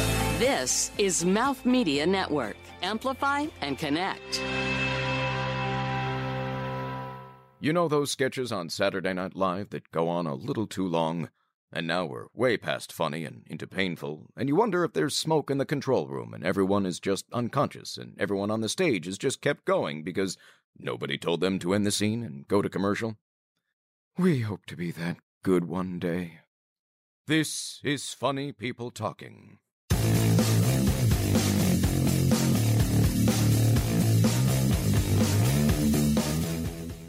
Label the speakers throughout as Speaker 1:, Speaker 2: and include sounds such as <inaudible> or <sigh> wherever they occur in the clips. Speaker 1: This is Mouth Media Network. Amplify and connect.
Speaker 2: You know those sketches on Saturday Night Live that go on a little too long, and now we're way past funny and into painful, and you wonder if there's smoke in the control room and everyone is just unconscious and everyone on the stage is just kept going because nobody told them to end the scene and go to commercial? We hope to be that good one day. This is Funny People Talking.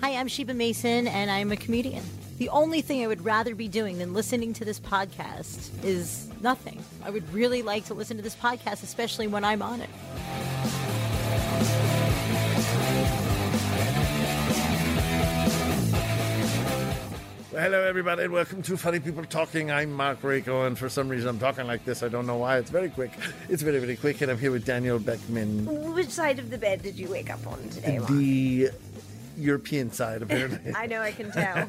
Speaker 3: Hi, I'm Sheba Mason, and I'm a comedian. The only thing I would rather be doing than listening to this podcast is nothing. I would really like to listen to this podcast, especially when I'm on it.
Speaker 4: Well, hello, everybody, and welcome to Funny People Talking. I'm Mark Rico, and for some reason, I'm talking like this. I don't know why. It's very quick. It's very, very quick, and I'm here with Daniel Beckman,
Speaker 5: Which side of the bed did you wake up on today, Mark?
Speaker 4: the European side,
Speaker 5: <laughs>
Speaker 4: apparently.
Speaker 5: I know, I can
Speaker 4: <laughs>
Speaker 5: tell.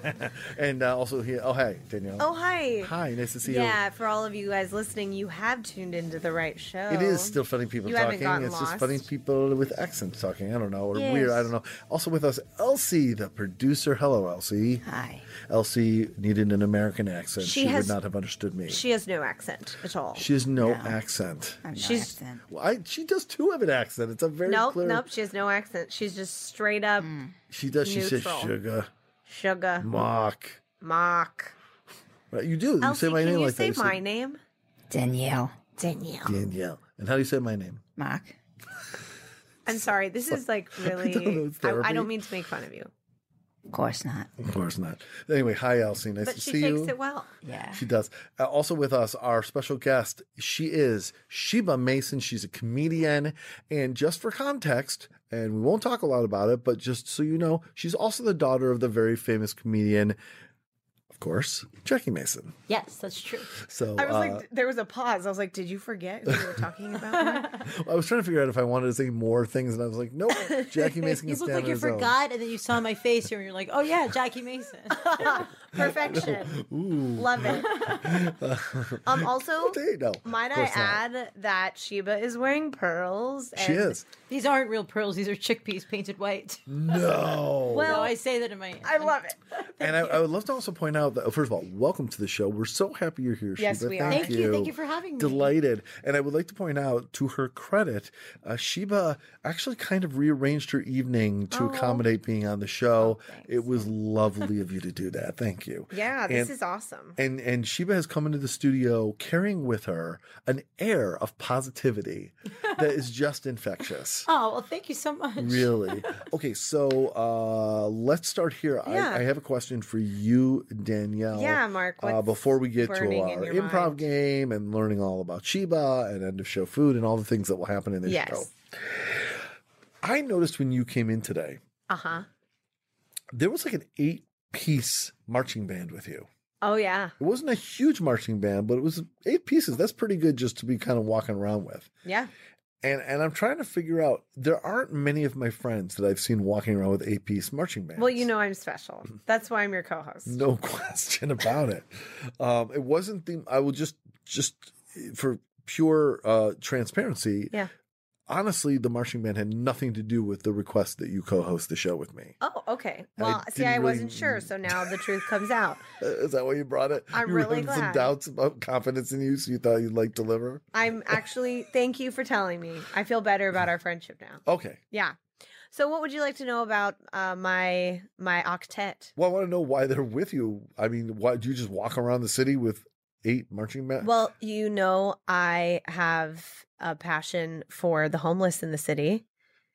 Speaker 4: and uh, also here, oh, hi, Daniel.
Speaker 5: oh, hi.
Speaker 4: Hi, nice to see
Speaker 5: Yeah, for all of you guys listening, you have tuned into the right show.
Speaker 4: you. It is still funny people
Speaker 5: You haven't
Speaker 4: talking.
Speaker 5: gotten
Speaker 4: It's just
Speaker 5: lost.
Speaker 4: funny people with accents talking. I don't know, or
Speaker 5: Yes.
Speaker 4: weird. I don't know. Also with us, Elsie, the producer. Hello, Elsie.
Speaker 5: Hi.
Speaker 4: Elsie needed an American accent.
Speaker 5: She
Speaker 4: She,
Speaker 5: has-
Speaker 4: would not have understood me.
Speaker 5: She has no accent at all.
Speaker 4: She has no, accent.
Speaker 5: She's
Speaker 4: Well, I, she does too have an accent. It's a very
Speaker 5: nope,
Speaker 4: clear.
Speaker 5: nope. She has no accent. She's just straight up
Speaker 4: She does. She
Speaker 5: Neutral.
Speaker 4: says sugar,
Speaker 5: sugar
Speaker 4: mock.
Speaker 5: mock.
Speaker 4: Right, you do. Hmm. You
Speaker 5: Elsie,
Speaker 4: say my
Speaker 5: can
Speaker 4: name
Speaker 5: you
Speaker 4: like
Speaker 5: say
Speaker 4: that. You
Speaker 5: my name?
Speaker 6: Danielle,
Speaker 5: Danielle.
Speaker 4: Danielle. And how do you say my name?
Speaker 6: Mark.
Speaker 5: I'm sorry. This
Speaker 4: <laughs>
Speaker 5: is like really.
Speaker 4: don't know, it's
Speaker 5: I, I
Speaker 4: therapy.
Speaker 5: don't mean to make fun of you,
Speaker 6: Of course not.
Speaker 4: Of course not. Anyway, hi Elsie. Nice
Speaker 5: but
Speaker 4: to
Speaker 5: she
Speaker 4: see
Speaker 5: takes
Speaker 4: you.
Speaker 5: it well.
Speaker 6: Yeah.
Speaker 4: She does. Uh, also with us, our special guest. She is Sheba Mason. She's a comedian, and just for context, and we won't talk a lot about it, but just so you know, she's also the daughter of the very famous comedian, of course, Jackie Mason.
Speaker 3: Yes, that's true.
Speaker 4: So
Speaker 5: I was
Speaker 4: uh,
Speaker 5: like, there was a pause. I was like, did you forget who we were talking
Speaker 4: <laughs>
Speaker 5: about?
Speaker 4: I was trying to figure out if I wanted to say more things, and I was
Speaker 3: <laughs>
Speaker 4: like, nope, Jackie Mason
Speaker 3: You
Speaker 4: can
Speaker 3: look
Speaker 4: stand
Speaker 3: like
Speaker 4: on
Speaker 3: you
Speaker 4: his own.
Speaker 3: forgot, and then you saw my face here, and you're like, "Oh yeah, Jackie Mason."
Speaker 5: Perfection. Love it.
Speaker 4: <laughs>
Speaker 5: um, also,
Speaker 4: Hey, no, of
Speaker 5: might I
Speaker 4: course not.
Speaker 5: add that Sheba is wearing pearls? And,
Speaker 4: She is.
Speaker 3: These aren't real pearls; these are chickpeas painted white.
Speaker 4: No.
Speaker 3: So
Speaker 5: Well,
Speaker 3: I say that in my.
Speaker 5: I love it.
Speaker 4: and I, I would love to also point out that, first of all, welcome to the show. We're so happy you're here,
Speaker 5: Yes,
Speaker 4: Sheba.
Speaker 5: we are.
Speaker 4: Thank,
Speaker 3: Thank you. Thank you for having me.
Speaker 4: Delighted. And I would like to point out, to her credit, uh, Sheba actually kind of rearranged her evening
Speaker 3: Oh.
Speaker 4: to accommodate being on the show. it was lovely of you to do that.
Speaker 3: <laughs>
Speaker 4: Thank you.
Speaker 5: Yeah, this
Speaker 4: And-
Speaker 5: is awesome.
Speaker 4: And and Sheba has come into the studio carrying with her an air of
Speaker 5: <laughs>
Speaker 4: positivity that is just infectious.
Speaker 3: Oh well, thank you so much.
Speaker 4: Really? Okay, so uh, let's start here.
Speaker 5: Yeah.
Speaker 4: I, I have a question for you, Danielle.
Speaker 5: Yeah, Mark,
Speaker 4: Uh,
Speaker 5: what's
Speaker 4: before we get to
Speaker 5: burning in
Speaker 4: our
Speaker 5: your
Speaker 4: improv
Speaker 5: mind?
Speaker 4: game and learning all about Sheba and end of show food and all the things that will happen in the
Speaker 5: Yes.
Speaker 4: show, I noticed when you came in today,
Speaker 5: Uh huh.
Speaker 4: there was like an eight piece marching band with you.
Speaker 5: Oh yeah,
Speaker 4: It wasn't a huge marching band, but it was eight pieces. That's pretty good just to be kind of walking around with.
Speaker 5: yeah.
Speaker 4: And and I'm trying to figure out there aren't many of my friends that I've seen walking around with eight piece marching bands.
Speaker 5: Well, you know I'm special. That's why I'm your co-host.
Speaker 4: No <laughs> question about it. Um, it wasn't the. I will just just for pure uh, transparency.
Speaker 5: Yeah.
Speaker 4: Honestly, the marching band had nothing to do with the request that you co-host the show with me.
Speaker 5: Oh, okay. Well, see,
Speaker 4: didn't
Speaker 5: I
Speaker 4: really-
Speaker 5: wasn't sure, so now the truth comes out.
Speaker 4: Uh, Is that why you brought it?
Speaker 5: I'm
Speaker 4: you were
Speaker 5: really
Speaker 4: having some
Speaker 5: glad.
Speaker 4: doubts about confidence in you, so you thought you'd like deliver. <laughs>
Speaker 5: I'm actually. Thank you for telling me. I feel better about our friendship now.
Speaker 4: Okay.
Speaker 5: Yeah. So, what would you like to know about uh, my my octet?
Speaker 4: Well, I want to know why they're with you. I mean, why do you just walk around the city with eight marching bands?
Speaker 5: Well, you know, I have a passion for the homeless in the city.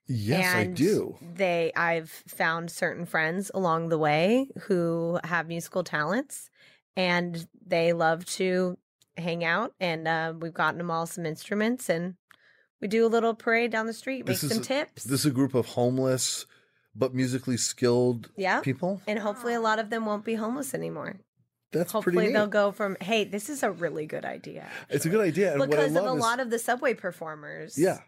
Speaker 4: yes, I
Speaker 5: And
Speaker 4: do.
Speaker 5: They, I've found certain friends along the way who have musical talents, and they love to hang out. And uh, we've gotten them all some instruments, and we do a little parade down the street, make
Speaker 4: This is
Speaker 5: some
Speaker 4: a-
Speaker 5: tips,
Speaker 4: This is a group of homeless but musically skilled
Speaker 5: Yeah.
Speaker 4: people.
Speaker 5: and hopefully a lot of them won't be homeless anymore.
Speaker 4: That's pretty
Speaker 5: hopefully
Speaker 4: neat.
Speaker 5: they'll go from hey, this is a really good idea.
Speaker 4: It's a good idea. And
Speaker 5: because
Speaker 4: what I
Speaker 5: of
Speaker 4: love
Speaker 5: a
Speaker 4: is,
Speaker 5: lot of the subway performers,
Speaker 4: yeah,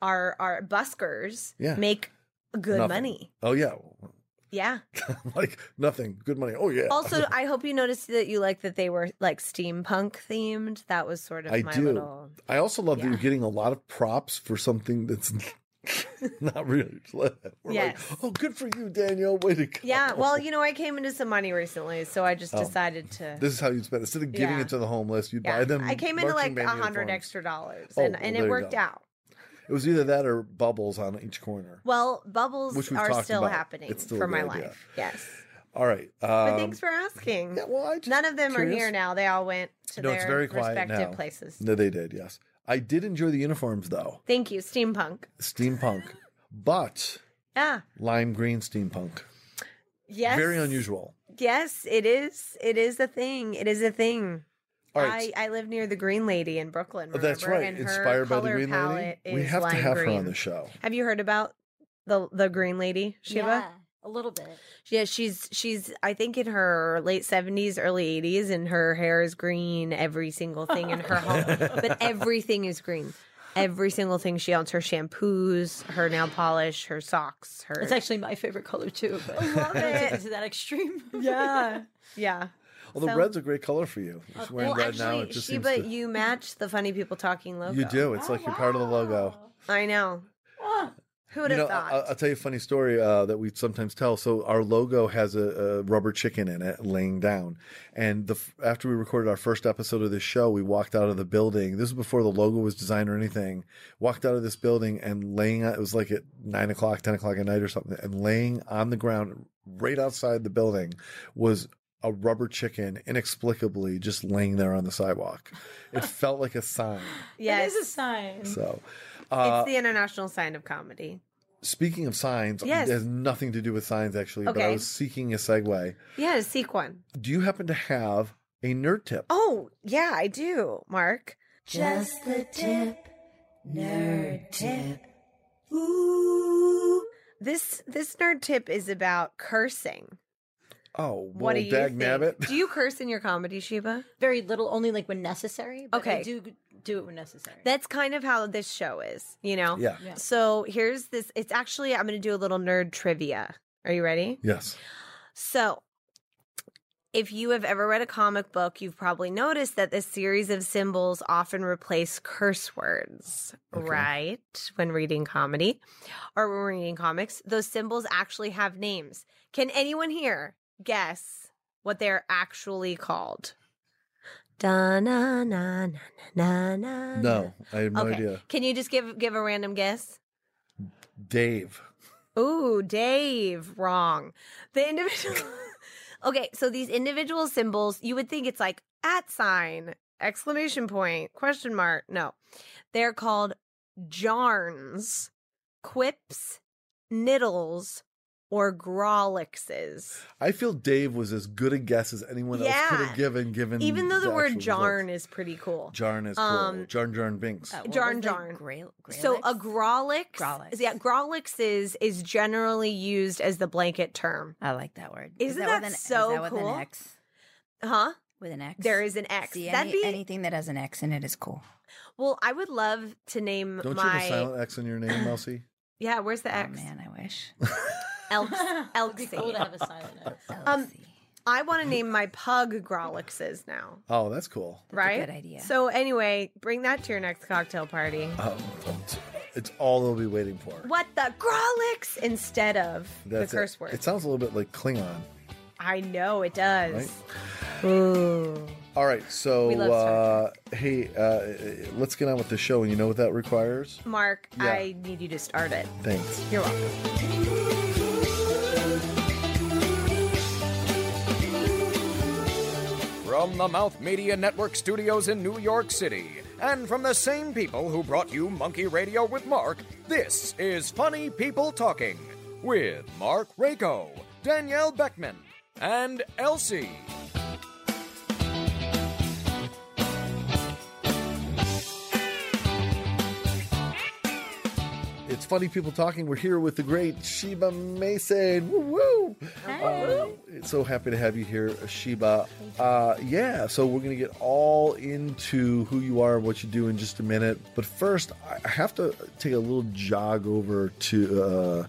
Speaker 5: our our buskers
Speaker 4: Yeah.
Speaker 5: make good
Speaker 4: nothing.
Speaker 5: money.
Speaker 4: Oh yeah, <laughs>
Speaker 5: Yeah.
Speaker 4: like nothing. Good money. Oh yeah. <laughs>
Speaker 5: Also, I hope you noticed that you like that they were like steampunk themed. That was sort of
Speaker 4: I
Speaker 5: my
Speaker 4: do.
Speaker 5: little.
Speaker 4: I also love that
Speaker 5: Yeah.
Speaker 4: you're getting a lot of props for something that's <laughs> not really. We're
Speaker 5: Yes.
Speaker 4: like, oh, good for you, Danielle. Way to go. <laughs>
Speaker 5: Yeah. Well, you know, I came into some money recently, so I just
Speaker 4: Oh.
Speaker 5: decided to.
Speaker 4: This is how you'd spend. Instead of giving
Speaker 5: Yeah.
Speaker 4: it to the homeless, you'd
Speaker 5: yeah.
Speaker 4: buy them.
Speaker 5: I came into
Speaker 4: marching
Speaker 5: like
Speaker 4: band
Speaker 5: a hundred
Speaker 4: uniforms.
Speaker 5: extra dollars,
Speaker 4: Oh,
Speaker 5: and,
Speaker 4: well,
Speaker 5: and
Speaker 4: there
Speaker 5: it
Speaker 4: you
Speaker 5: worked
Speaker 4: go.
Speaker 5: out.
Speaker 4: It was either that or bubbles on each corner.
Speaker 5: Well, bubbles
Speaker 4: Which we've
Speaker 5: are
Speaker 4: talked
Speaker 5: still
Speaker 4: about.
Speaker 5: happening
Speaker 4: It's still a
Speaker 5: for my
Speaker 4: good idea.
Speaker 5: life. Yes.
Speaker 4: All right. Um,
Speaker 5: But thanks for asking.
Speaker 4: yeah, well, I just,
Speaker 5: None of them are
Speaker 4: curious.
Speaker 5: here now. They all went to
Speaker 4: No,
Speaker 5: their
Speaker 4: it's very quiet
Speaker 5: respective
Speaker 4: now.
Speaker 5: places.
Speaker 4: No, they did. Yes, I did enjoy the uniforms though.
Speaker 5: Thank you, steampunk.
Speaker 4: Steampunk,
Speaker 5: <laughs>
Speaker 4: but
Speaker 5: Yeah.
Speaker 4: lime green steampunk.
Speaker 5: Yes.
Speaker 4: Very unusual.
Speaker 5: Yes, it is. It is a thing. It is a thing.
Speaker 4: All right. Oh,
Speaker 5: I, I live near the Green Lady in Brooklyn. Remember?
Speaker 4: That's right.
Speaker 5: And her
Speaker 4: Inspired by the
Speaker 5: color
Speaker 4: Green Lady.
Speaker 5: palette
Speaker 4: We
Speaker 5: is
Speaker 4: have to
Speaker 5: lime
Speaker 4: have her
Speaker 5: green.
Speaker 4: on the show.
Speaker 5: Have you heard about the the Green Lady, Shiva?
Speaker 3: Yeah, a little bit.
Speaker 5: Yeah, she's she's I think in her late seventies, early eighties, and her hair is green. Every single thing in
Speaker 4: <laughs>
Speaker 5: her home, but everything is green. Every single thing she owns: her shampoos, her nail polish, her socks, her.
Speaker 3: It's actually my favorite color too. But <laughs> I
Speaker 5: love
Speaker 3: take
Speaker 5: it.
Speaker 3: it to that extreme. <laughs>
Speaker 5: <laughs> yeah, yeah.
Speaker 4: Although
Speaker 5: So- Oh,
Speaker 4: red's a great color for you. If you're wearing
Speaker 5: Well,
Speaker 4: red now, it
Speaker 5: actually,
Speaker 4: just
Speaker 5: Sheba,
Speaker 4: seems to,
Speaker 5: you match the funny people talking logo. Oh,
Speaker 4: you do. It's like you're part of the logo.
Speaker 5: I know. Who would
Speaker 4: You
Speaker 5: have
Speaker 4: know, uh,
Speaker 5: thought?
Speaker 4: I, I'll tell you a funny story uh, that we sometimes tell. So our logo has a, a rubber chicken in it laying down, and the f- after we recorded our first episode of this show, we walked out of the building. This was before the logo was designed or anything. Walked out of this building and laying. on- It was like at nine o'clock, ten o'clock at night or something, and laying on the ground right outside the building was. A rubber chicken inexplicably just laying there on the sidewalk. It felt like a sign.
Speaker 5: yes,
Speaker 3: It is a sign.
Speaker 4: So, uh,
Speaker 5: it's the international sign of comedy.
Speaker 4: Speaking of signs,
Speaker 5: Yes.
Speaker 4: it has nothing to do with signs actually, but I
Speaker 5: Okay.
Speaker 4: was seeking a segue.
Speaker 5: Yeah, seek one.
Speaker 4: Do you happen to have a nerd tip?
Speaker 5: Oh, yeah, I do, Mark.
Speaker 6: Just the tip. Nerd tip.
Speaker 5: This this nerd tip is about cursing.
Speaker 4: Oh,
Speaker 5: What
Speaker 4: well,
Speaker 5: do you
Speaker 4: dag
Speaker 5: think?
Speaker 4: nabbit. <laughs>
Speaker 5: Do you curse in your comedy, Sheba?
Speaker 3: Very little, only like when necessary. But I
Speaker 5: Okay.
Speaker 3: do do it when necessary.
Speaker 5: That's kind of how this show is, you know?
Speaker 4: Yeah.
Speaker 3: Yeah.
Speaker 5: So here's this. It's actually, I'm going to do a little nerd trivia. Are you ready?
Speaker 4: Yes.
Speaker 5: So, if you have ever read a comic book, you've probably noticed that this series of symbols often replace curse words,
Speaker 4: Okay.
Speaker 5: right? When reading comedy or when reading comics, those symbols actually have names. Can anyone here guess what they're actually called? Da na na na na na.
Speaker 4: No, I have no
Speaker 5: okay.
Speaker 4: idea.
Speaker 5: Can you just give give a random guess?
Speaker 4: Dave.
Speaker 5: Ooh, Dave, wrong. The individual. <laughs> okay, so these individual symbols, you would think it's like at sign, exclamation point, question mark. No, they're called jarns, quips, niddles, or grolixes.
Speaker 4: I feel Dave was as good a guess as anyone else could
Speaker 5: Yeah.
Speaker 4: have given, given
Speaker 5: Even though the word
Speaker 4: actual
Speaker 5: jarn
Speaker 4: results.
Speaker 5: is pretty cool.
Speaker 4: Jarn is cool.
Speaker 5: Um,
Speaker 4: jarn Jarn Binks.
Speaker 6: Uh, what
Speaker 5: Jarn
Speaker 6: was it?
Speaker 5: Jarn.
Speaker 6: Grail-
Speaker 5: So a
Speaker 6: Grailix?
Speaker 5: grolix,
Speaker 6: Grolix.
Speaker 5: yeah, grolix is is generally used as the blanket term,
Speaker 6: I like that word.
Speaker 5: Isn't that
Speaker 6: with an,
Speaker 5: so
Speaker 6: is that with
Speaker 5: cool?
Speaker 6: an X?
Speaker 5: huh?
Speaker 6: With an X?
Speaker 5: There is an X.
Speaker 3: E
Speaker 6: See,
Speaker 5: That'd
Speaker 6: any-
Speaker 5: be
Speaker 6: anything that has an X in it is cool.
Speaker 5: Well, I would love to name
Speaker 4: Don't you
Speaker 5: my
Speaker 4: have a silent X in your
Speaker 5: <clears throat>
Speaker 4: name, Elsie?
Speaker 5: yeah. Where's the X?
Speaker 6: Oh, man,
Speaker 4: <laughs>
Speaker 6: I wish.
Speaker 3: <laughs>
Speaker 5: Elks,
Speaker 3: It'd be cool to
Speaker 5: Elksy.
Speaker 3: have a silent X.
Speaker 5: Um,
Speaker 6: Elsie.
Speaker 5: I want to name my pug Grolixes now.
Speaker 4: Oh, that's cool.
Speaker 6: That's a
Speaker 5: right?
Speaker 6: good idea.
Speaker 5: So anyway, bring that to your next cocktail party.
Speaker 4: Um, it's all they'll be waiting for.
Speaker 5: What the Grolix instead of
Speaker 4: That's
Speaker 5: the
Speaker 4: it.
Speaker 5: curse word?
Speaker 4: It sounds a little bit like Klingon.
Speaker 5: I know it does. Ooh.
Speaker 4: All right, so
Speaker 5: We love Star
Speaker 4: uh, hey, uh, let's get on with the show, and you know what that requires?
Speaker 5: Mark,
Speaker 4: Yeah.
Speaker 5: I need you to start it.
Speaker 4: Thanks.
Speaker 5: You're welcome.
Speaker 2: From the Mouth Media Network studios in New York City, and from the same people who brought you Monkey Radio with Mark, this is Funny People Talking with Mark Rako, Danielle Beckman, and Elsie.
Speaker 4: It's funny people talking. We're here with the great Sheba Mason. Woo woo! Uh, it's so happy to have you here, Sheba. Uh, yeah, so we're gonna get all into who you are and what you do in just a minute. But first, I- I have to take a little jog over to. Uh,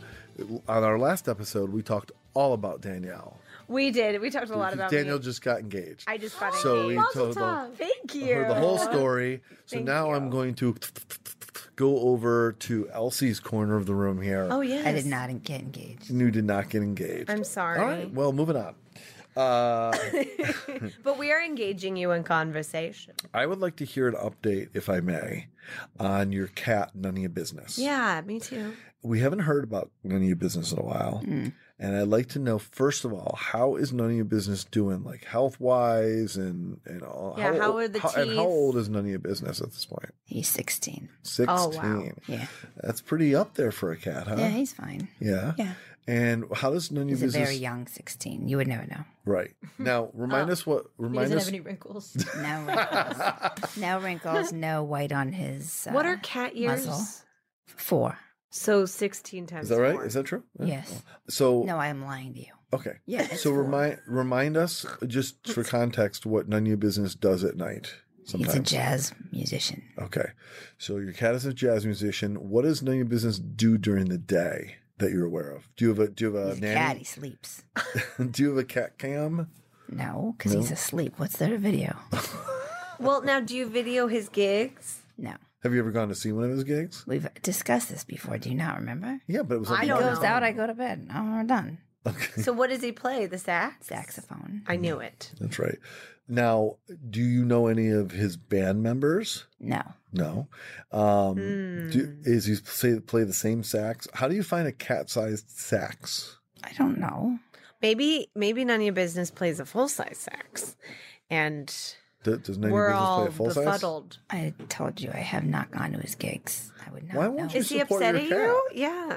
Speaker 4: on our last episode, we talked all about Danielle.
Speaker 5: We did. We talked a lot about
Speaker 4: Danielle
Speaker 5: Me.
Speaker 4: just got engaged.
Speaker 5: I just got
Speaker 4: so we Uh-huh.
Speaker 5: engaged.
Speaker 4: told the,
Speaker 5: Thank you.
Speaker 4: heard the whole story. So
Speaker 5: Thank
Speaker 4: now I'm
Speaker 5: you.
Speaker 4: going to go over to Elsie's corner of the room here.
Speaker 5: Oh yes.
Speaker 6: I did not en- get engaged.
Speaker 4: New did not get engaged.
Speaker 5: I'm sorry.
Speaker 4: All right. Well, moving on. Uh,
Speaker 5: But we are engaging you in conversation.
Speaker 4: I would like to hear an update, if I may, on your cat, None of Your Business.
Speaker 5: Yeah, me too.
Speaker 4: We haven't heard about None of Your Business in a while.
Speaker 5: Hmm.
Speaker 4: And I'd like to know, first of all, how is None of Your Business doing, like health wise and, and all?
Speaker 5: Yeah, how are the
Speaker 4: And how
Speaker 5: teeth?
Speaker 4: old is None of Your Business at this point?
Speaker 6: He's 16.
Speaker 4: 16.
Speaker 5: Oh, wow.
Speaker 6: Yeah.
Speaker 4: That's pretty up there for a cat, huh?
Speaker 6: Yeah, he's fine.
Speaker 4: Yeah.
Speaker 6: Yeah.
Speaker 4: And how does None of Your
Speaker 6: He's a
Speaker 4: Business.
Speaker 6: very young 16. You would never know.
Speaker 4: Right. Now, remind us what.
Speaker 3: He
Speaker 4: Remind
Speaker 3: doesn't
Speaker 4: us.
Speaker 3: have any wrinkles.
Speaker 4: <laughs>
Speaker 6: No wrinkles. no wrinkles. No white on his. Uh,
Speaker 5: what are cat years?
Speaker 6: muzzle. Four.
Speaker 5: So 16 times.
Speaker 4: Is that right?
Speaker 5: four.
Speaker 4: Is that true? Yeah.
Speaker 6: Yes.
Speaker 4: So
Speaker 6: No, I am lying to you.
Speaker 4: Okay.
Speaker 6: Yeah, it's
Speaker 4: So
Speaker 6: four.
Speaker 4: remind remind us just for context what none of your business does at night.
Speaker 6: He's
Speaker 4: Sometimes.
Speaker 6: a jazz musician.
Speaker 4: okay. So your cat is a jazz musician. What does none of your business do during the day that you're aware of? Do you have a do you have a
Speaker 6: He's a cat. He
Speaker 4: Uh, nanny?
Speaker 6: sleeps.
Speaker 4: <laughs> do you have a cat cam?
Speaker 6: No, because he's asleep. What's there to video?
Speaker 5: Well, now do you video his gigs?
Speaker 6: No.
Speaker 4: Have you ever gone to see one of his gigs?
Speaker 6: We've discussed this before. Do you not remember?
Speaker 4: Yeah, but it was
Speaker 5: I
Speaker 4: like
Speaker 6: He
Speaker 5: don't
Speaker 6: goes
Speaker 5: know.
Speaker 6: out, I go to bed. Oh, we're done.
Speaker 5: So what does he play? The sax?
Speaker 6: Saxophone.
Speaker 5: I knew it.
Speaker 4: That's right. Now, do you know any of his band members?
Speaker 6: No.
Speaker 4: No. Um, do,
Speaker 6: Hmm.
Speaker 4: is he say, play the same sax? How do you find a cat-sized sax?
Speaker 6: I don't know.
Speaker 5: Maybe maybe none of your business plays a full size sax, and
Speaker 4: Does, does none of your
Speaker 5: we're
Speaker 4: business
Speaker 5: all
Speaker 4: play a full size?
Speaker 5: befuddled.
Speaker 6: I told you I have not gone to his gigs. I would not
Speaker 4: Why
Speaker 6: know.
Speaker 4: won't you
Speaker 5: Is he
Speaker 4: support
Speaker 5: upset
Speaker 4: your
Speaker 5: at you? Yeah.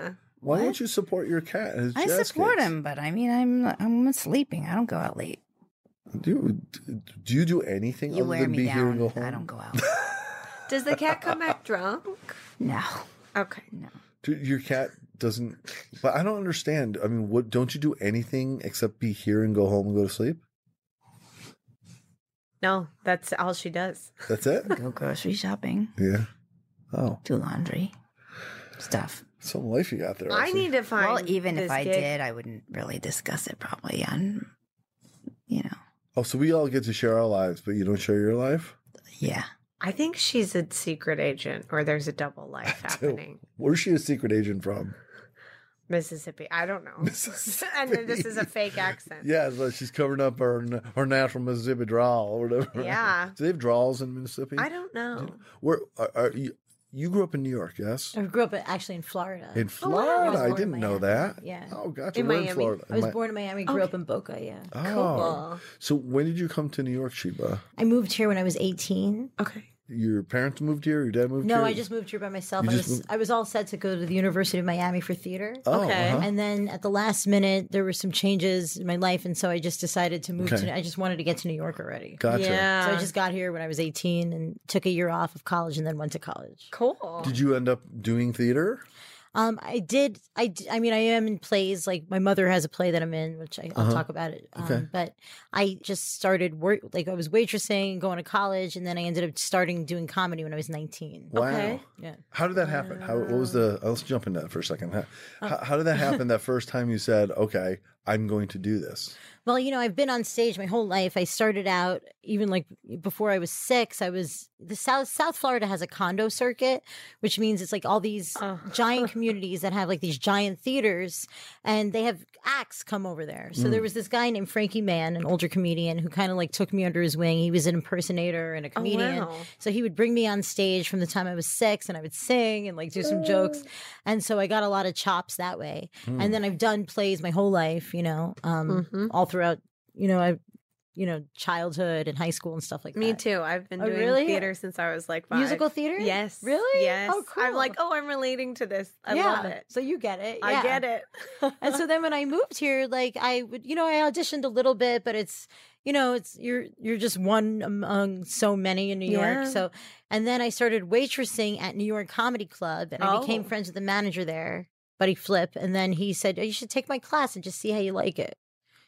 Speaker 4: Why
Speaker 6: What?
Speaker 4: don't you support your cat? and his
Speaker 6: I
Speaker 4: jazz
Speaker 6: support
Speaker 4: gigs?
Speaker 6: him, but I mean, I'm I'm sleeping. I don't go out late.
Speaker 4: Do you, do you do anything
Speaker 6: You
Speaker 4: other
Speaker 6: wear
Speaker 4: than
Speaker 6: me
Speaker 4: be here
Speaker 6: down.
Speaker 4: and go home?
Speaker 6: I don't go
Speaker 4: <laughs>
Speaker 6: out.
Speaker 5: Does the cat come back drunk?
Speaker 6: no,
Speaker 5: Okay.
Speaker 6: no.
Speaker 4: Do- your cat doesn't. But I don't understand. I mean, what? Don't you do anything except be here and go home and go to sleep?
Speaker 5: No, that's all she does.
Speaker 4: That's it.
Speaker 6: Go grocery shopping,
Speaker 4: yeah. Oh,
Speaker 6: do laundry, stuff.
Speaker 4: some life you got there.
Speaker 5: I
Speaker 4: Elsie.
Speaker 5: need to find.
Speaker 6: well, even if
Speaker 5: this
Speaker 6: I
Speaker 5: gig.
Speaker 6: did, I wouldn't really discuss it probably on, you know,
Speaker 4: Oh, so we all get to share our lives, but you don't share your life.
Speaker 6: yeah.
Speaker 5: I think she's a secret agent, or there's
Speaker 4: <laughs>
Speaker 5: a double life happening.
Speaker 4: Where's she a secret agent from?
Speaker 5: Mississippi. I don't know.
Speaker 4: Mississippi.
Speaker 5: <laughs> and then this is a fake accent.
Speaker 4: Yeah, so she's covering up her her natural Mississippi drawl or whatever.
Speaker 5: Yeah.
Speaker 4: Do <laughs> they have draws in Mississippi?
Speaker 5: I don't know.
Speaker 4: Where are, are you? You grew up in New York, yes?
Speaker 3: I grew up actually in Florida.
Speaker 4: In
Speaker 3: Oh, wow.
Speaker 4: Florida,
Speaker 3: was
Speaker 4: I
Speaker 3: born in
Speaker 4: didn't know
Speaker 3: Miami.
Speaker 4: that.
Speaker 3: Yeah.
Speaker 4: Oh, gotcha.
Speaker 5: In
Speaker 4: We're in
Speaker 5: Miami.
Speaker 4: Florida.
Speaker 3: I was
Speaker 4: Mi-
Speaker 3: born in Miami, grew up in Boca, yeah.
Speaker 4: Oh. So when did you come to New York, Sheba?
Speaker 3: I moved here when I was 18.
Speaker 5: Okay.
Speaker 4: Your parents moved here. Your dad moved
Speaker 3: No,
Speaker 4: here.
Speaker 3: I just moved here by myself.
Speaker 4: You
Speaker 3: I
Speaker 4: just
Speaker 3: was
Speaker 4: moved-
Speaker 3: I was all set to go to the University of Miami for theater.
Speaker 4: Oh,
Speaker 5: Okay.
Speaker 4: uh-huh.
Speaker 3: And then at the last minute, there were some changes in my life, and so I just decided to move
Speaker 4: Okay.
Speaker 3: to. I just wanted to get to New York already.
Speaker 4: Gotcha.
Speaker 5: Yeah.
Speaker 3: So I just got here when I was 18 and took a year off of college and then went to college.
Speaker 5: cool.
Speaker 4: Did you end up doing theater?
Speaker 3: Um, I did. I, d- I mean, I am in plays. Like my mother has a play that I'm in, which I, I'll
Speaker 4: Uh-huh.
Speaker 3: talk about it. Um,
Speaker 4: Okay.
Speaker 3: But I just started work. Like I was waitressing, going to college, and then I ended up starting doing comedy when I was 19.
Speaker 4: Wow.
Speaker 5: Okay.
Speaker 3: Yeah.
Speaker 4: How did that happen? How what was the?
Speaker 3: Uh.
Speaker 4: oh, Let's jump into that for a second. How, how, how did
Speaker 3: <laughs>
Speaker 4: that happen? that first time you said, "Okay, I'm going to do this."
Speaker 3: Well, you know, I've been on stage my whole life. I started out even like before I was six. I was the South South Florida has a condo circuit, which means it's like all these
Speaker 5: Oh. <laughs>
Speaker 3: giant communities that have like these giant theaters, and they have acts come over there. So there was this guy named Frankie Mann, an older comedian, who kind of like took me under his wing. He was an impersonator and a comedian.
Speaker 5: Oh, wow.
Speaker 3: So he would bring me on stage from the time I was six, and I would sing and like do some jokes, and so I got a lot of chops that way.
Speaker 5: Mm.
Speaker 3: And then I've done plays my whole life, you know, um,
Speaker 5: Mhm.
Speaker 3: all throughout, you know, I, you know, childhood and high school and stuff like
Speaker 5: Me
Speaker 3: that.
Speaker 5: too. I've been
Speaker 3: Oh,
Speaker 5: doing
Speaker 3: really?
Speaker 5: theater since I was like five.
Speaker 3: Musical theater?
Speaker 5: Yes.
Speaker 3: Really?
Speaker 5: Yes.
Speaker 3: Oh, cool.
Speaker 5: I'm like, oh, I'm relating to this. I
Speaker 3: yeah.
Speaker 5: love it.
Speaker 3: So you get it.
Speaker 5: I
Speaker 3: yeah.
Speaker 5: get it.
Speaker 3: <laughs> and
Speaker 5: <laughs>
Speaker 3: so then when I moved here, like I would, you know, I auditioned a little bit, but it's, you know, it's you're you're just one among so many in New
Speaker 5: Yeah.
Speaker 3: York. So, and then I started waitressing at New York Comedy Club, and I became
Speaker 5: Oh.
Speaker 3: friends with the manager there, Buddy Flip, and then he said, oh, "You should take my class and just see how you like it."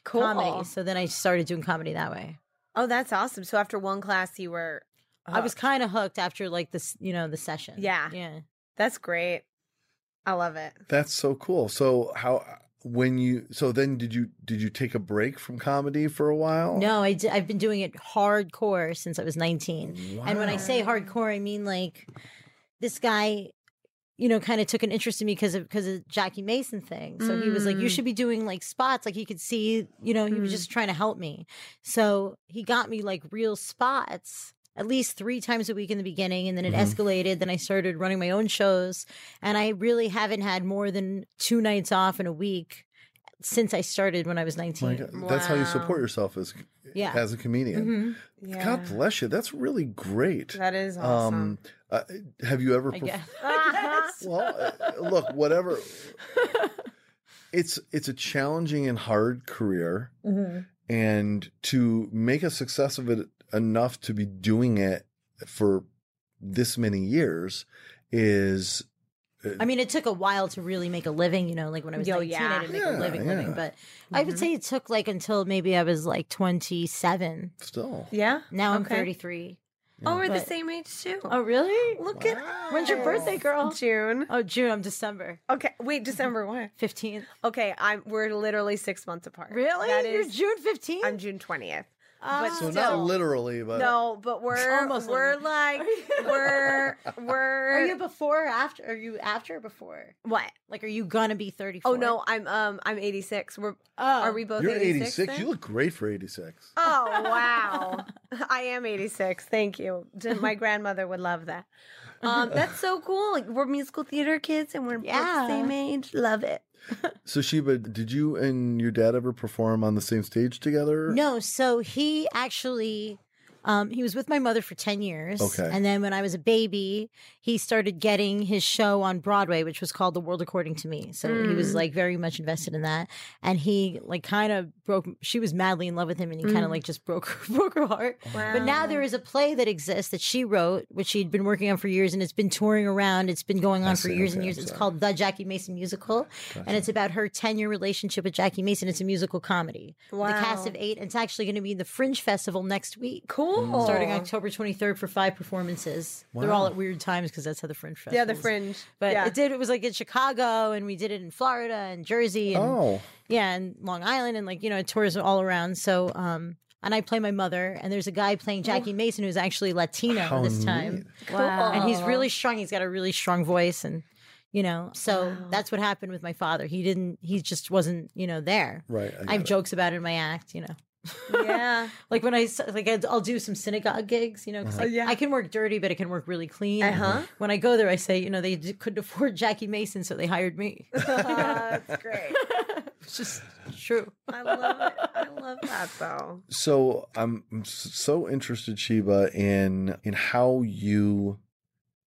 Speaker 5: cool.
Speaker 3: Comedy. So then I started doing comedy that way.
Speaker 5: Oh, that's awesome. So after one class, you were.
Speaker 3: I was
Speaker 5: hooked.
Speaker 3: kind of hooked after like this, you know, the session.
Speaker 5: Yeah.
Speaker 3: yeah.
Speaker 5: That's great. I love it.
Speaker 4: That's so cool. So how when you so then did you did you take a break from comedy for a while?
Speaker 3: No, I d- I've been doing it hardcore since I was 19. And when I say
Speaker 5: Wow.
Speaker 3: hardcore, I mean like this guy, you know, kind of took an interest in me because of because of Jackie Mason thing. So he was like, "You
Speaker 5: Mm.
Speaker 3: should be doing like spots." Like he could see, you know, he was
Speaker 5: Mm.
Speaker 3: just trying to help me. So he got me like real spots. At least three times a week in the beginning, and then it
Speaker 4: Mhm.
Speaker 5: Mm-hmm.
Speaker 3: escalated. Then I started running my own shows, and I really haven't had more than two nights off in a week since I started when I was
Speaker 4: My
Speaker 3: 19.
Speaker 4: God, That's how you support
Speaker 5: Wow.
Speaker 4: yourself as
Speaker 3: Yeah.
Speaker 4: as a comedian.
Speaker 3: Mhm.
Speaker 5: Yeah.
Speaker 4: God bless you. That's really great.
Speaker 5: That is awesome.
Speaker 4: uh, have you ever?
Speaker 3: I
Speaker 4: perf-
Speaker 3: guess.
Speaker 5: <laughs>
Speaker 3: <laughs>
Speaker 5: yes.
Speaker 4: Well, uh, look,
Speaker 5: <laughs>
Speaker 4: whatever. It's it's a challenging and hard career,
Speaker 5: Mm-hmm.
Speaker 4: and to make a success of it enough to be doing it for this many years is
Speaker 3: I mean, it took a while to really make a living, you know, like when I was
Speaker 5: Yo,
Speaker 3: 19,
Speaker 5: yeah.
Speaker 3: I didn't make
Speaker 4: Yeah,
Speaker 3: a living, living.
Speaker 4: yeah.
Speaker 3: But I would say it took like until maybe I was like 27.
Speaker 4: still.
Speaker 5: Yeah.
Speaker 3: Now I'm
Speaker 5: Okay.
Speaker 3: 33.
Speaker 5: Oh, we're the
Speaker 3: But-
Speaker 5: same age too.
Speaker 3: Oh, really?
Speaker 5: Look
Speaker 4: Wow.
Speaker 5: at
Speaker 3: When's your birthday, girl?
Speaker 5: June.
Speaker 3: Oh, June. I'm December
Speaker 5: Okay, wait, December what?
Speaker 3: 15th.
Speaker 5: Okay, I'm we're literally six months apart. That is-
Speaker 3: You're June 15th?
Speaker 5: I'm June twentieth.
Speaker 3: Ah.
Speaker 5: but
Speaker 4: So
Speaker 5: still,
Speaker 4: not literally, but
Speaker 5: no, but we're
Speaker 3: Almost
Speaker 5: we're
Speaker 3: literally.
Speaker 5: like
Speaker 3: <laughs>
Speaker 5: we're we're
Speaker 3: Are you before or after? Are you after or before?
Speaker 5: what?
Speaker 3: Like, are you gonna be 34?
Speaker 5: Oh no, I'm um I'm eighty six. We're
Speaker 3: Oh.
Speaker 5: are we both
Speaker 4: you're 86.
Speaker 5: 86? then?
Speaker 4: you look great for 86. <laughs>
Speaker 5: Oh wow. <laughs> I am 86. Thank you.
Speaker 3: <laughs>
Speaker 5: My grandmother would love that. Um that's so cool. Like, we're musical theater kids and we're both
Speaker 3: Yeah.
Speaker 5: the same age. Love it.
Speaker 4: So Sheba, did you and your dad ever perform on the same stage together?
Speaker 3: No, so he actually um, he was with my mother for 10 years.
Speaker 4: Okay.
Speaker 3: And then when I was a baby, he started getting his show on Broadway, which was called The World According to Me. So he was like very much invested in that. And he like kind of broke she was madly in love with him and he kind of like just broke broke her <laughs> heart. But now there is a play that exists that she wrote, which she'd been working on for years and it's been touring around. It's been going on for
Speaker 4: see,
Speaker 3: years
Speaker 4: okay,
Speaker 3: and years.
Speaker 4: I'm
Speaker 3: It's
Speaker 4: sorry.
Speaker 3: called The Jackie Mason Musical. And it's about her 10 year relationship with Jackie Mason. It's a musical comedy. Wow. The cast of
Speaker 5: Wow.
Speaker 3: eight. And it's actually going to be in the Fringe Festival next week.
Speaker 5: Cool.
Speaker 3: Starting October 23rd for five performances. They're all at weird times because that's how the Fringe Festival
Speaker 5: Yeah, the
Speaker 3: is.
Speaker 5: fringe.
Speaker 3: But
Speaker 5: yeah.
Speaker 3: it did. It was like in Chicago, and we did it in Florida and Jersey, and
Speaker 4: Oh,
Speaker 3: yeah, and Long Island, and like you know, it tours all around. So, um, and I play my mother, and there's a guy playing Jackie Mason who's actually Latino
Speaker 4: How
Speaker 3: this time
Speaker 4: Oh. neat.
Speaker 5: Wow.
Speaker 3: and he's really strong. He's got a really strong voice, and you know, so that's what happened with my father. He didn't. He just wasn't, you know, there.
Speaker 4: Right, I
Speaker 3: I, have
Speaker 4: get it.
Speaker 3: jokes about it in my act. You know,
Speaker 5: yeah. <laughs>
Speaker 3: like when I s- like I'd- I'll do some synagogue gigs. You know,
Speaker 4: Uh-huh.
Speaker 3: 'cause, like,
Speaker 5: yeah.
Speaker 3: I can work dirty, but it can work really <laughs> clean.
Speaker 5: Uh-huh. <laughs>
Speaker 3: When I go there, I say, you know, they d- couldn't <laughs> afford Jackie Mason, so they hired me. <laughs>
Speaker 5: That's great.
Speaker 3: it's just true.
Speaker 5: I love it. I love that though.
Speaker 4: so I'm I'm s- so interested, Sheba, in in how you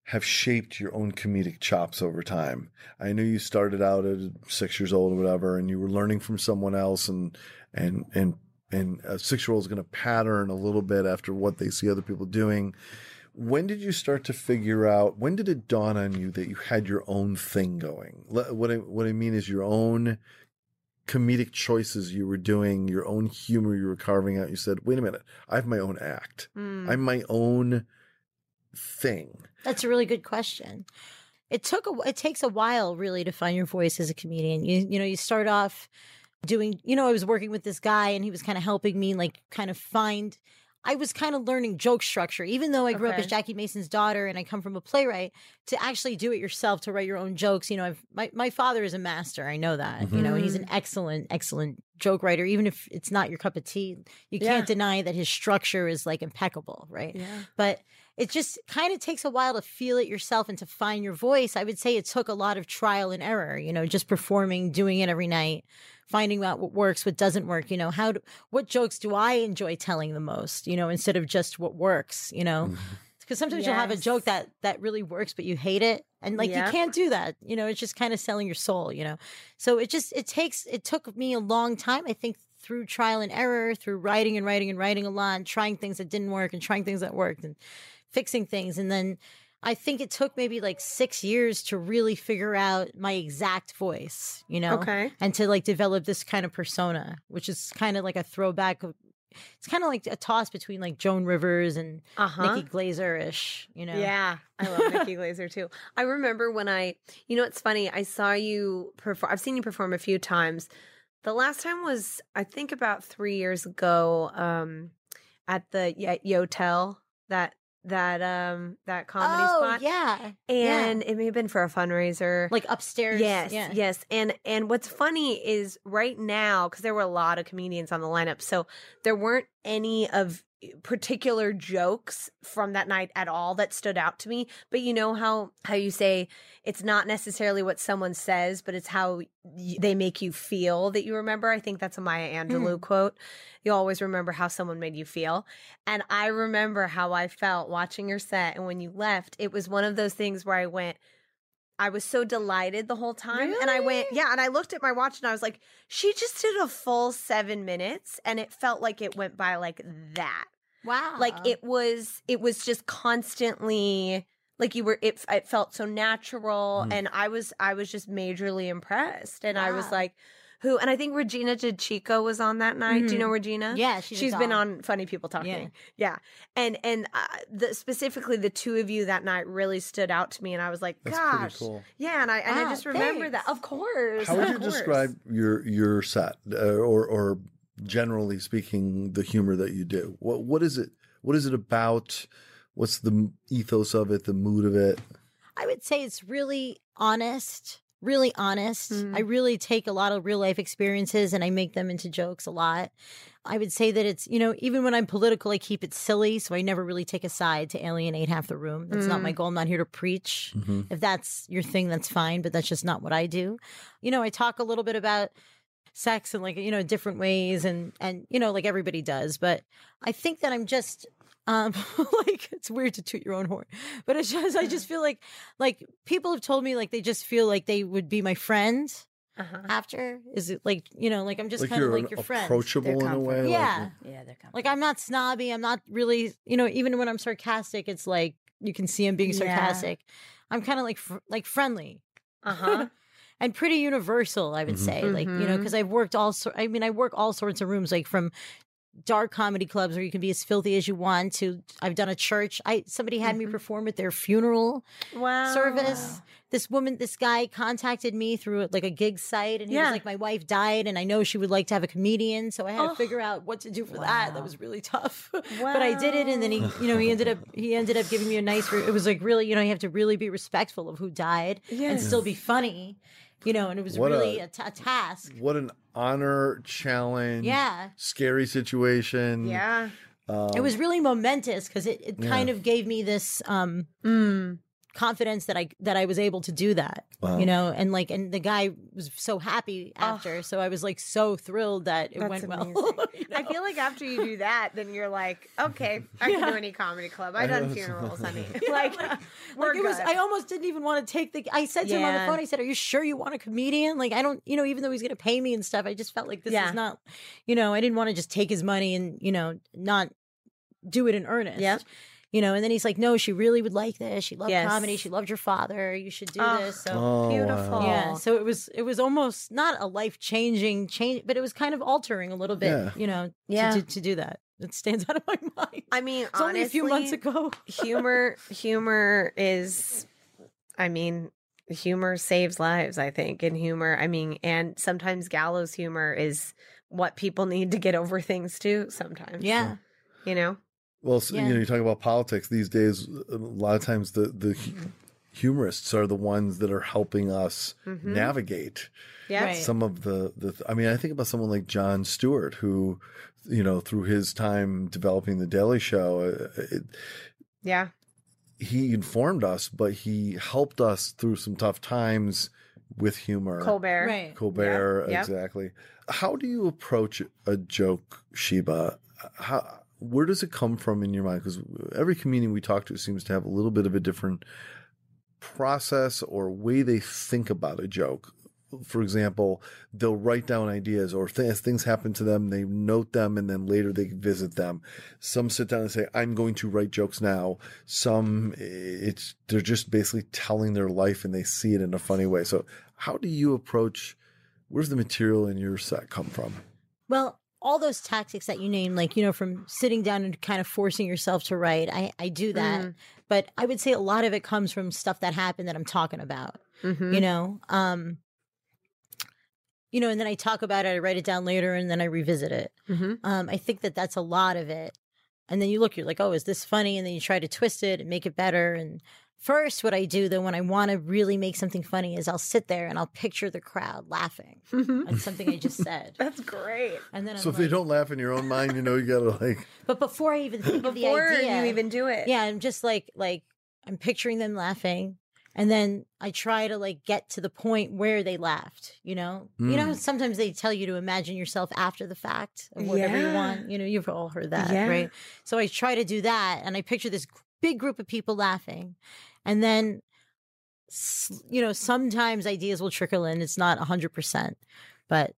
Speaker 4: have shaped your own comedic chops over time. I know you started out at six years old or whatever, and you were learning from someone else, and and and and a six year old is going to pattern a little bit after what they see other people doing. When did you start to figure out? When did it dawn on you that you had your own thing going? Le- What I, what I mean is your own comedic choices you were doing, your own humor you were carving out, you said, wait a minute, I have my own act.
Speaker 5: Hmm.
Speaker 3: Mm.
Speaker 4: I'm my own thing.
Speaker 3: That's a really good question. It took a, it takes a while really to find your voice as a comedian. You you know you start off doing you know I was working with this guy and he was kind of helping me like kind of find. I was kind of learning joke structure, even though I grew up
Speaker 5: Okay.
Speaker 3: as Jackie Mason's daughter and I come from a playwright. To actually do it yourself, to write your own jokes, you know, I've, my my father is a master. I know that, you know, and he's an
Speaker 5: Mm-hmm.
Speaker 3: excellent, excellent joke writer. Even if it's not your cup of tea, you
Speaker 5: Yeah.
Speaker 3: can't deny that his structure is like impeccable, right?
Speaker 5: Yeah.
Speaker 3: but it just kind of takes a while to feel it yourself and to find your voice. I would say it took a lot of trial and error, you know, just performing, doing it every night, finding out what works, what doesn't work, you know, how do, what jokes do I enjoy telling the most, you know, instead of just what works, you know? Because sometimes you'll have a
Speaker 5: Mm-hmm. Yes.
Speaker 3: joke that that really works, but you hate it, and like
Speaker 5: Yep.
Speaker 3: you can't do that. You know, it's just kind of selling your soul. You know, so it just it takes it took me a long time. I think through trial and error, through writing and writing and writing a lot, and trying things that didn't work and trying things that worked, and fixing things and then i think it took maybe like six years to really figure out my exact voice you know
Speaker 5: Okay.
Speaker 3: and to like develop this kind of persona which is kind of like a throwback of it's kind of like a toss between like Joan Rivers and
Speaker 5: Uh huh.
Speaker 3: Nikki Glazer ish. You know,
Speaker 5: Yeah, I
Speaker 3: <laughs>
Speaker 5: love Nikki Glaser too. I remember when I, you know, it's funny. I saw you perform. I've seen you perform a few times. The last time was, I think, about three years ago, um, at the Ye- Yotel that that um that comedy
Speaker 3: oh
Speaker 5: spot,
Speaker 3: yeah, yeah.
Speaker 5: and it may have been for a fundraiser.
Speaker 3: like upstairs.
Speaker 5: Yes,
Speaker 3: yeah.
Speaker 5: yes, and and what's funny is right now because there were a lot of comedians on the lineup, so there weren't any of eh, particular jokes from that night at all that stood out to me. But you know how how you say it's not necessarily what someone says, but it's how y- they make you feel that you remember. I think that's a Maya Angelou quote. You always remember how someone made you feel. And I remember how I felt watching your set. And when you left, it was one of those things where I went, I was so delighted the whole time. And I went, yeah. And I looked at my watch and I was like, she just did a full seven minutes. And it felt like it went by like that
Speaker 3: Wow.
Speaker 5: like it was it was just constantly like you were it, it felt so natural and i was i was just majorly impressed and i was
Speaker 3: Wow.
Speaker 5: like who and i think regina DeChico was on that night do you know regina
Speaker 3: Yeah, she's
Speaker 5: she's
Speaker 3: a
Speaker 5: been
Speaker 3: doll.
Speaker 5: on funny people talking yeah, and and uh, the, specifically the two of you that night really stood out to me and i was like
Speaker 4: That's pretty
Speaker 5: gosh
Speaker 4: cool.
Speaker 5: yeah and i and i
Speaker 3: Wow,
Speaker 5: just remember that
Speaker 3: thanks.
Speaker 5: of course
Speaker 4: How would
Speaker 5: of
Speaker 4: you
Speaker 5: course.
Speaker 4: describe your your set, uh, or or generally speaking, the humor that you do? What what is it? What is it about? What's the ethos of it? The mood of it?
Speaker 3: I would say it's really honest, really honest.
Speaker 5: Mm.
Speaker 3: I really take a lot of real life experiences and I make them into jokes a lot. I would say that it's, you know, even when I'm political, I keep it silly. So I never really take a side to alienate half the room. That's not
Speaker 5: Mm.
Speaker 3: my goal. I'm not here to preach. If that's your thing, that's fine, but that's just not what I do. You know, I talk a little bit about sex and like, you know, different ways and, and, you know, like everybody does. But I think that I'm just, um, <laughs> like it's weird to toot your own horn, but it's just, I just feel like, like people have told me like they just feel like they would be my friend
Speaker 5: Uh-huh.
Speaker 3: <laughs> after. Is it like, you know, like I'm just
Speaker 4: Like
Speaker 3: kind of
Speaker 4: you're
Speaker 3: like
Speaker 4: an
Speaker 3: your friend.
Speaker 6: They're
Speaker 4: approachable in a way.
Speaker 6: comfortable.
Speaker 4: like-
Speaker 3: Yeah.
Speaker 6: Yeah, they're coming.
Speaker 3: Like I'm not snobby. I'm not really, you know, even when I'm sarcastic, it's like you can see I'm being
Speaker 5: Yeah.
Speaker 3: sarcastic. I'm kind of like fr- like friendly
Speaker 5: uh-huh
Speaker 3: and pretty universal, I would say. Like, you know,
Speaker 5: Mhm.
Speaker 3: cuz I've worked all sor- I mean, I work all sorts of rooms like from dark comedy clubs where you can be as filthy as you want to I've done a church. I somebody had me perform at their funeral
Speaker 5: wow
Speaker 3: service. This woman, this guy contacted me through like a gig site, and he
Speaker 5: Yeah.
Speaker 3: was like, "My wife died, and I know she would like to have a comedian, so I had to figure out what to do for that. That was really tough, <laughs> but I did it. And then he, you know, he ended up he ended up giving me a nice. Re- it was like really, you know, you have to really be respectful of who died and
Speaker 5: Yes.
Speaker 3: still be funny, you know. And it was
Speaker 4: What a-
Speaker 3: really a ta- a task.
Speaker 4: What an honor, challenge.
Speaker 3: Yeah.
Speaker 4: Scary situation.
Speaker 5: yeah
Speaker 3: it was really momentous because it, it kind of gave me this um confidence that I that I was able to do that. You know, and like and the guy was so happy after, so I was like so thrilled that it went well. <laughs> You know?
Speaker 5: <laughs> I feel like after you do that, then you're like, okay, I can do any comedy club. I've done funerals,
Speaker 4: <laughs>
Speaker 5: honey. <laughs> like, we're
Speaker 3: like it was
Speaker 5: good.
Speaker 3: I almost didn't even want to take the I said to him on
Speaker 5: Yeah.
Speaker 3: the phone, I said, Are you sure you want a comedian? Like I don't you know, even though he's gonna pay me and stuff, I just felt like this
Speaker 5: Yeah.
Speaker 3: is not you know, I didn't want to just take his money and, you know, not do it in earnest.
Speaker 5: Yep.
Speaker 3: You know, and then he's like, No, she really would like this. She loved
Speaker 5: Yes.
Speaker 3: comedy, she loved your father, you should do
Speaker 5: Oh.
Speaker 3: this. So
Speaker 4: Oh,
Speaker 5: beautiful.
Speaker 4: wow.
Speaker 3: Yeah, so it was it was almost not a life changing change, but it was kind of altering a little bit,
Speaker 4: Yeah.
Speaker 3: you know,
Speaker 5: Yeah.
Speaker 3: to, to, to do that. It stands <laughs> out of my mind.
Speaker 5: I mean,
Speaker 3: it's only a few months
Speaker 5: honestly,
Speaker 3: ago. <laughs>
Speaker 5: humor, humor is, I mean, humor saves lives. I think, and humor, I mean, and sometimes gallows humor is what people need to get over things too. Sometimes,
Speaker 3: Yeah,
Speaker 5: you know,
Speaker 4: Well, s you
Speaker 3: Yeah.
Speaker 4: know, you talk about politics these days. A lot of times, the the hu- humorists are the ones that are helping us navigate
Speaker 5: yeah,
Speaker 3: Mm-hmm. Right.
Speaker 4: some of the the. I mean, I think about someone like John Stewart, who, you know, through his time developing the Daily Show, uh, it,
Speaker 5: yeah,
Speaker 4: he informed us, but he helped us through some tough times with humor.
Speaker 5: Colbert,
Speaker 3: right.
Speaker 4: Colbert,
Speaker 5: Yeah, yeah.
Speaker 4: exactly. How do you approach a joke, Sheba? How, where does it come from in your mind? Because every comedian we talk to seems to have a little bit of a different process or way they think about a joke. For example, they'll write down ideas, or th- as things happen to them, they note them, and then later they visit them. Some sit down and say, "I'm going to write jokes now." Some, it's they're just basically telling their life, and they see it in a funny way. So, how do you approach? Where's the material in your set come from?
Speaker 3: Well, all those tactics that you named, like, you know, from sitting down and kind of forcing yourself to write, I, I do that. But I would say a lot of it comes from stuff that happened that I'm talking about,
Speaker 5: Mhm.
Speaker 3: you know? Um, you know, and then I talk about it, I write it down later, and then I revisit it.
Speaker 5: Mhm.
Speaker 3: Um, I think that that's a lot of it. And then you look, you're like, oh, is this funny? And then you try to twist it and make it better. And first, what I do though, when I want to really make something funny, is I'll sit there and I'll picture the crowd laughing at something I just said.
Speaker 5: Mm-hmm. <laughs> That's great.
Speaker 3: And then I'm
Speaker 4: So if
Speaker 3: like,
Speaker 4: they don't laugh in your own mind, you know you gotta like
Speaker 3: but before I even think of the
Speaker 5: Before
Speaker 3: idea,
Speaker 5: you even do it.
Speaker 3: yeah, I'm just like, like I'm picturing them laughing. And then I try to like get to the point where they laughed, you know? You
Speaker 5: Mm.
Speaker 3: know, how sometimes they tell you to imagine yourself after the fact of whatever you
Speaker 5: Yeah.
Speaker 3: want. You know, you've all heard that,
Speaker 5: Yeah.
Speaker 3: right? So I try to do that. And I picture this big group of people laughing. And then, s- you know, sometimes ideas will trickle in. It's not 100%, but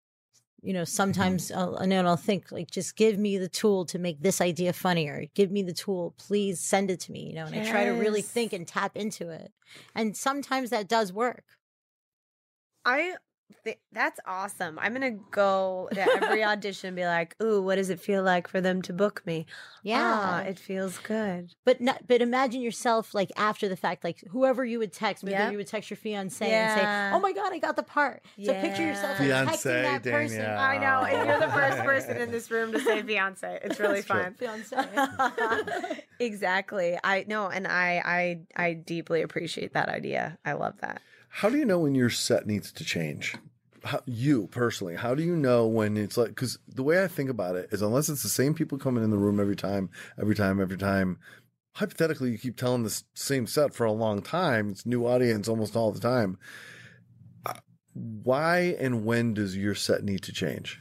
Speaker 3: you know sometimes I'll, and then i'll think like just give me the tool to make this idea funnier give me the tool please send it to me you know and i try to really
Speaker 5: Yes.
Speaker 3: think and tap into it and sometimes that does work
Speaker 5: I th- that's awesome. I'm gonna go to
Speaker 3: <laughs>
Speaker 5: every audition and be like, "Ooh, what does it feel like for them to book me?" Ah,
Speaker 3: yeah
Speaker 5: it feels good.
Speaker 3: but not, but imagine yourself like after the fact like whoever you would text maybe
Speaker 5: Yep.
Speaker 3: you would text your fiance and
Speaker 5: Yeah.
Speaker 3: say oh my god i got the part so picture yourself like,
Speaker 4: Yeah.
Speaker 3: texting that
Speaker 4: Fiancé,
Speaker 3: person
Speaker 4: Danielle. I know, and you're the first person in
Speaker 5: this room to say fiance. It's <laughs> really fun.
Speaker 3: <laughs> Fiancé.
Speaker 5: exactly. I know, and I I I deeply appreciate that idea. I love that.
Speaker 4: How do you know when your set needs to change? How, you personally, how do you know when it's like? Because the way I think about it is, unless it's the same people coming in the room every time, every time, every time. Hypothetically, you keep telling this same set for a long time. It's new audience almost all the time. Uh, Why and when does your set need to change?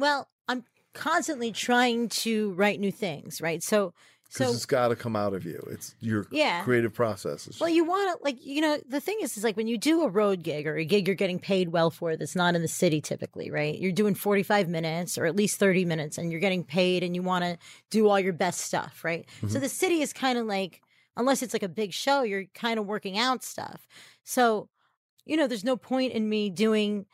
Speaker 3: well i'm constantly trying to write new things right so
Speaker 4: Because
Speaker 3: so
Speaker 4: it's got to come out of you. It's your
Speaker 3: Yeah.
Speaker 4: creative process. It's
Speaker 3: Well, you want to like you know the thing is is like when you do a road gig or a gig you're getting paid well for that's not in the city typically, right? You're doing 45 minutes or at least 30 minutes and you're getting paid and you want to do all your best stuff, right?
Speaker 4: Mm-hmm.
Speaker 3: So the city is kind of like unless it's like a big show, you're kind of working out stuff. So, you know, there's no point in me doing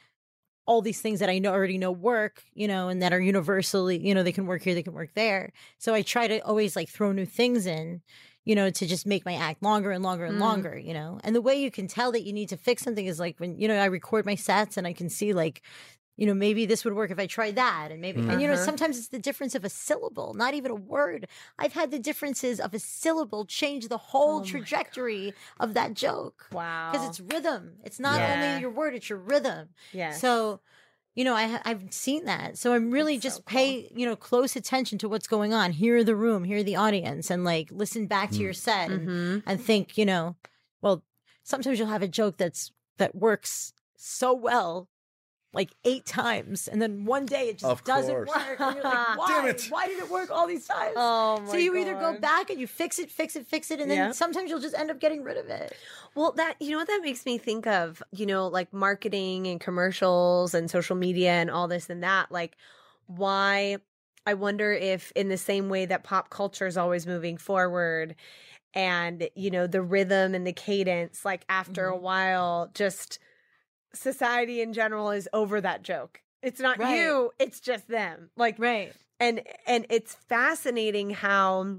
Speaker 3: all these things that I know already know work, you know, and that are universally, you know, they can work here, they can work there. So I try to always like throw new things in, you know, to just make my act longer and longer and
Speaker 5: Mm.
Speaker 3: longer, you know. And the way you can tell that you need to fix something is like when, you know, I record my sets and I can see like, you know, maybe this would work if I tried that. And maybe, and you know,
Speaker 5: Uh-huh.
Speaker 3: sometimes it's the difference of a syllable, not even a word. I've had the differences of a syllable change the whole trajectory of that joke.
Speaker 5: Oh Wow.
Speaker 3: Because it's rhythm. It's not
Speaker 5: Yeah.
Speaker 3: only your word, it's your rhythm.
Speaker 5: yeah.
Speaker 3: So, you know, I ha- I've seen that. So I'm really
Speaker 5: That's
Speaker 3: just
Speaker 5: so cool.
Speaker 3: pay you know close attention to what's going on. Hear the room, hear the audience, and like listen back to your
Speaker 4: Mm.
Speaker 3: set and,
Speaker 5: Mhm.
Speaker 3: and think. You know, well, sometimes you'll have a joke that's that works so well. Like eight times, and then one day it just
Speaker 4: Of
Speaker 3: doesn't
Speaker 4: course.
Speaker 3: work. And you're
Speaker 5: <laughs>
Speaker 3: like, why?
Speaker 4: Damn it.
Speaker 3: Why did it work all these times?
Speaker 5: Oh
Speaker 3: so
Speaker 5: my
Speaker 3: you either go
Speaker 5: God.
Speaker 3: back and you fix it, fix it, fix it, and then
Speaker 5: Yeah.
Speaker 3: sometimes you'll just end up getting rid of it.
Speaker 5: Well, that you know what that makes me think of, you know, like marketing and commercials and social media and all this and that. Like, why? I wonder if, in the same way that pop culture is always moving forward, and you know the rhythm and the cadence, like after a while, just society in general is over that joke. It's not
Speaker 3: Right.
Speaker 5: you; it's just them. Like,
Speaker 3: Right.
Speaker 5: and and it's fascinating how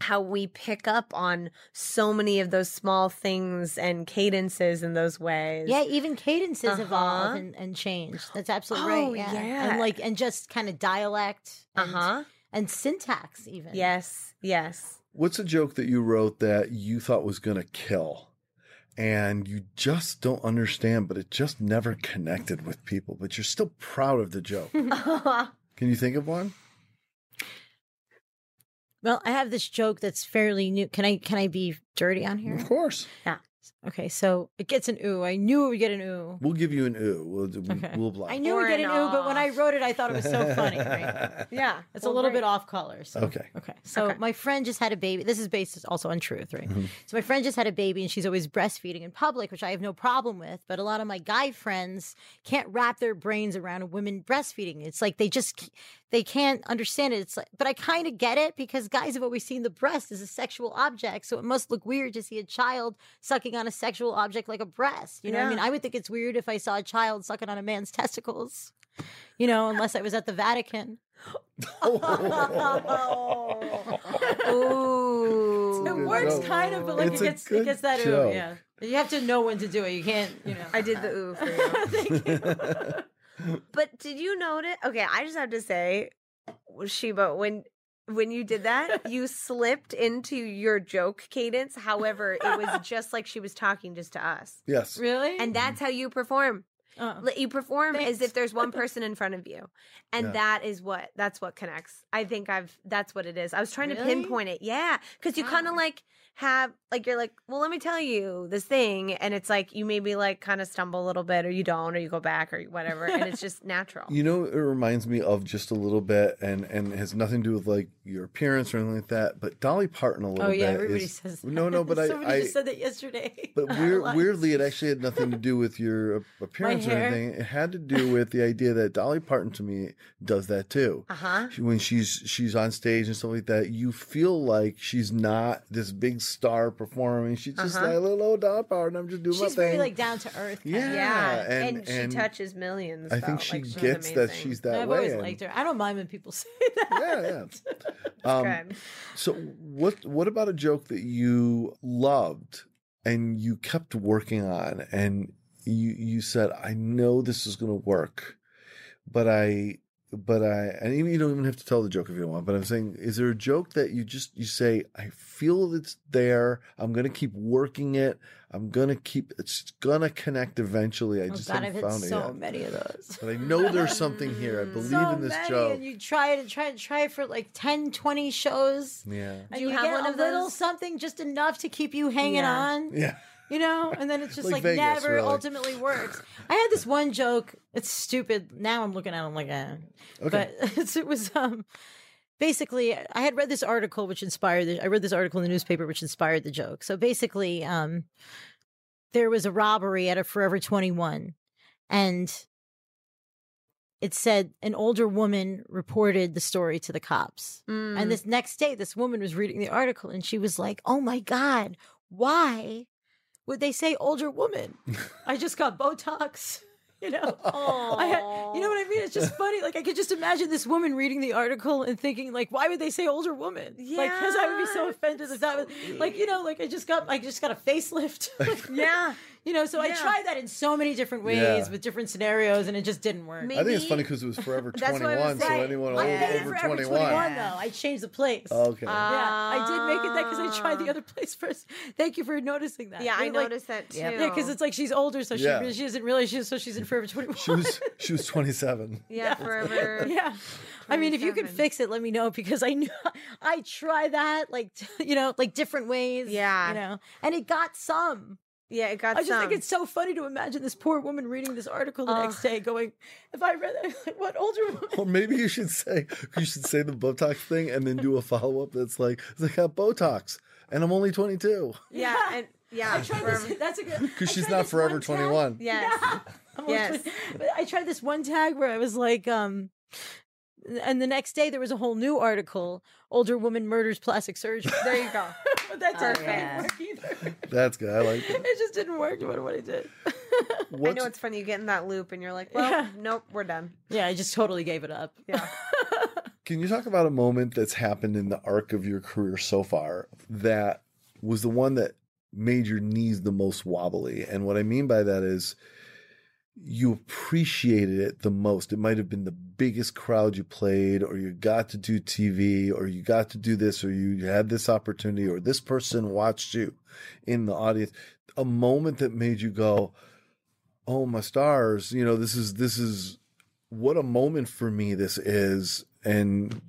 Speaker 5: how we pick up on so many of those small things and cadences in those ways.
Speaker 3: Yeah, even cadences evolve
Speaker 5: Uh-huh.
Speaker 3: and, and change. That's absolutely
Speaker 5: Oh,
Speaker 3: right. Yeah.
Speaker 5: yeah.
Speaker 3: And like and just kind of dialect
Speaker 5: Uh
Speaker 3: and,
Speaker 5: huh.
Speaker 3: and syntax even.
Speaker 5: Yes.
Speaker 3: <laughs>
Speaker 5: Yes.
Speaker 4: What's a joke that you wrote that you thought was going to kill and you just don't understand, but it just never connected with people, but you're still proud of
Speaker 3: <laughs>
Speaker 4: the joke? Can you think of one?
Speaker 3: Well, I have this joke that's fairly new. Can I can I be dirty on here?
Speaker 4: Of course.
Speaker 3: Okay, so it gets an ooh. I knew it would get an ooh.
Speaker 4: We'll give you an ooh. We'll, we'll,
Speaker 3: Okay.
Speaker 4: we'll oblige.
Speaker 3: I knew it
Speaker 5: Or
Speaker 3: would get an
Speaker 5: an
Speaker 3: ooh, but when I
Speaker 5: aw.
Speaker 3: wrote it I thought it was so funny, right?
Speaker 5: <laughs> yeah.
Speaker 3: It's a little bit off color. So <laughs>
Speaker 4: Okay.
Speaker 3: Okay. So
Speaker 5: Okay. Mm-hmm.
Speaker 3: my friend just had a baby. This is based also on truth, right? So my friend just had a baby and she's always breastfeeding in public, which I have no problem with. But a lot of my guy friends can't wrap their brains around a woman breastfeeding. It's like they just c- they can't understand it. It's like, but I kind of get it because guys have always seen the breast as a sexual object, so it must look weird to see a child sucking on a sexual object like a breast. You know, what I
Speaker 5: Yeah.
Speaker 3: mean, I would think it's weird if I saw a child sucking on a man's testicles. You know, unless I was at the Vatican. Oh. <laughs>
Speaker 5: Ooh.
Speaker 3: It
Speaker 4: Good
Speaker 3: works
Speaker 4: joke.
Speaker 3: kind of, but like
Speaker 4: It's
Speaker 3: it
Speaker 4: a
Speaker 3: gets it
Speaker 4: good
Speaker 3: gets that ooh,
Speaker 4: joke.
Speaker 3: yeah. You have to know when to do it. You can't, you know.
Speaker 5: I did the ooh for you. <laughs> But did you notice? Okay, I just have to say, Sheba, when when you did that, you slipped into your joke cadence. However, it was just like she was talking just to us,
Speaker 4: yes.
Speaker 3: Really?
Speaker 5: and that's how you perform.
Speaker 3: Uh-uh.
Speaker 5: Like, You perform as
Speaker 3: Thanks.
Speaker 5: if
Speaker 3: <laughs>
Speaker 5: there's one person in front of you, and
Speaker 4: Yeah.
Speaker 5: that is what that's what connects. I think I've that's what it is. I was trying to
Speaker 3: Really?
Speaker 5: pinpoint it, yeah, because you kind of like have like you're like, well, let me tell you this thing, and it's like you maybe like kind of stumble a little bit, or you don't, or you go back, or whatever, and
Speaker 3: <laughs>
Speaker 5: it's just natural.
Speaker 4: You know, it reminds me of just a little bit, and and it has nothing to do with like your appearance or anything like that. But Dolly Parton, a little
Speaker 3: Oh
Speaker 4: bit.
Speaker 3: yeah, everybody
Speaker 4: is-
Speaker 3: says that.
Speaker 4: No, no,
Speaker 3: <laughs>
Speaker 4: but
Speaker 3: Somebody
Speaker 4: I, I
Speaker 3: just said that yesterday. <laughs>
Speaker 4: But weir- weirdly, it actually had nothing to do with your ap- appearance or
Speaker 3: hair.
Speaker 4: anything. It had to do with the idea that Dolly Parton to me does that too.
Speaker 5: Uh
Speaker 3: Uh-huh.
Speaker 5: huh.
Speaker 4: She- When she's she's on stage and stuff like that, you feel like she's not this big star performing. She's just
Speaker 5: Uh-huh.
Speaker 4: like little old Dolly Parton. I'm just doing
Speaker 3: She's
Speaker 4: my thing.
Speaker 3: very like down to earth. kind of.
Speaker 4: yeah,
Speaker 5: Yeah, and,
Speaker 4: and,
Speaker 5: she touches millions.
Speaker 4: I
Speaker 5: though.
Speaker 4: think she
Speaker 5: Like, she's
Speaker 4: gets that
Speaker 5: amazing.
Speaker 4: she's that
Speaker 3: I've
Speaker 4: way.
Speaker 3: always
Speaker 4: and-
Speaker 3: liked her. I don't mind when people <laughs> say
Speaker 4: Yeah,
Speaker 3: that. Oh,
Speaker 4: yeah. Um,
Speaker 5: Good.
Speaker 4: So what what about a joke that you loved and you kept working on and you you said I know this is going to work but I but I and even, you don't even have to tell the joke if you don't want but I'm saying is there a joke that you just you say I feel it's there I'm going to keep working it I'm going to keep it's going to connect eventually I
Speaker 3: Oh
Speaker 4: just
Speaker 3: God, I've
Speaker 4: haven't
Speaker 3: had
Speaker 4: found it
Speaker 3: so
Speaker 4: yet
Speaker 3: many of those.
Speaker 4: but I know there's something here I believe
Speaker 3: <laughs> so
Speaker 4: in this
Speaker 3: many,
Speaker 4: joke
Speaker 3: and you try it and try it, try it for like 10, 20 shows.
Speaker 4: yeah
Speaker 3: And
Speaker 5: you
Speaker 3: you,
Speaker 5: have
Speaker 3: get
Speaker 5: one
Speaker 3: a
Speaker 5: of
Speaker 3: little
Speaker 5: those?
Speaker 3: something just enough to keep you hanging
Speaker 5: Yeah.
Speaker 3: on.
Speaker 4: yeah
Speaker 3: you know and then it's just
Speaker 4: Like
Speaker 3: like,
Speaker 4: Vegas,
Speaker 3: never
Speaker 4: really.
Speaker 3: ultimately works i had this one joke it's stupid now i'm looking at it like eh.
Speaker 4: Okay.
Speaker 3: but <laughs> it's, it was um basically i had read this article which inspired the, i read this article in the newspaper which inspired the joke so basically um there was a robbery at a forever 21 and it said an older woman reported the story to the cops
Speaker 5: Mm-hmm.
Speaker 3: and this next day, this woman was reading the article and she was like, Oh my God, why would they say older woman? I just got Botox. <laughs> You know, I had, you know what I mean? It's just funny. Like I could just imagine this woman reading the article and thinking, like, why would they say older woman? Like, because I would be so
Speaker 5: Yeah,
Speaker 3: offended if that was like, you know, like I just got, I just got a facelift.
Speaker 5: <laughs>
Speaker 3: <laughs>
Speaker 5: <laughs> yeah,
Speaker 3: you know, so I
Speaker 5: Yeah.
Speaker 3: tried that in so many different ways
Speaker 4: Yeah.
Speaker 3: with different scenarios, and it just didn't work.
Speaker 5: Me-
Speaker 4: I think it's funny <laughs>
Speaker 5: Maybe-
Speaker 4: because it was forever
Speaker 5: <laughs> That's what I was
Speaker 4: 21, so
Speaker 5: saying.
Speaker 4: anyone
Speaker 5: I
Speaker 4: over,
Speaker 5: made it
Speaker 4: over
Speaker 3: forever
Speaker 4: 21.
Speaker 3: 21 though. I changed the place.
Speaker 4: Okay.
Speaker 5: Uh,
Speaker 3: Yeah, I did make it that because I tried the other place first. Thank you for noticing that.
Speaker 5: Ah. yeah. I
Speaker 3: It, like-
Speaker 5: noticed that too.
Speaker 3: Yeah, because it's like she's older, so
Speaker 4: Yeah.
Speaker 3: she re- she doesn't realize she's so she's in forever twenty one.
Speaker 4: <laughs> she was she was 27.
Speaker 5: yeah, forever.
Speaker 3: <laughs> yeah, I mean, if you can
Speaker 5: 27.
Speaker 3: fix it, let me know <laughs> because I knew I tried that like <laughs> you know like different ways.
Speaker 5: Yeah.
Speaker 3: you know, and it got some.
Speaker 5: Yeah, it got.
Speaker 3: I just
Speaker 5: some.
Speaker 3: think it's <laughs> so funny to imagine this poor woman reading this article the
Speaker 5: Oh.
Speaker 3: next day, going, "If I read that, <laughs> like, what older woman?"
Speaker 4: Or maybe you should say you should say the Botox thing and then do a follow up that's like I got Botox and I'm only 22
Speaker 5: yeah, and
Speaker 3: <laughs>
Speaker 5: yeah.
Speaker 3: I tried
Speaker 5: forever.
Speaker 3: this. That's a good
Speaker 4: because she's not forever 21.
Speaker 5: Yes.
Speaker 3: <laughs> I'm always
Speaker 5: Yes.
Speaker 3: trying- but I tried this one tag where I was like, um, and the next day there was a whole new article: "Older woman murders plastic
Speaker 4: <laughs>
Speaker 3: surgeon."
Speaker 5: There you go.
Speaker 3: <laughs> but that didn't
Speaker 5: Oh,
Speaker 3: fucking
Speaker 5: yeah.
Speaker 3: work either. <laughs>
Speaker 4: That's good. I like that.
Speaker 3: It just didn't work. No matter what I did.
Speaker 5: <laughs> I know
Speaker 4: What's,
Speaker 5: it's funny. You get in that loop, and you're like, well,
Speaker 3: <laughs> Yeah.
Speaker 5: nope, we're done.
Speaker 3: yeah, I just totally gave it up.
Speaker 4: <laughs>
Speaker 5: Yeah.
Speaker 4: can you talk about a moment that's happened in the arc of your career so far that was the one that made your knees the most wobbly? And what I mean by that is you appreciated it the most. It might have been the biggest crowd you played, or you got to do TV, or you got to do this, or you had this opportunity, or this person watched you in the audience. A moment that made you go, "Oh my stars!" You know, this is this is what a moment for me this is. And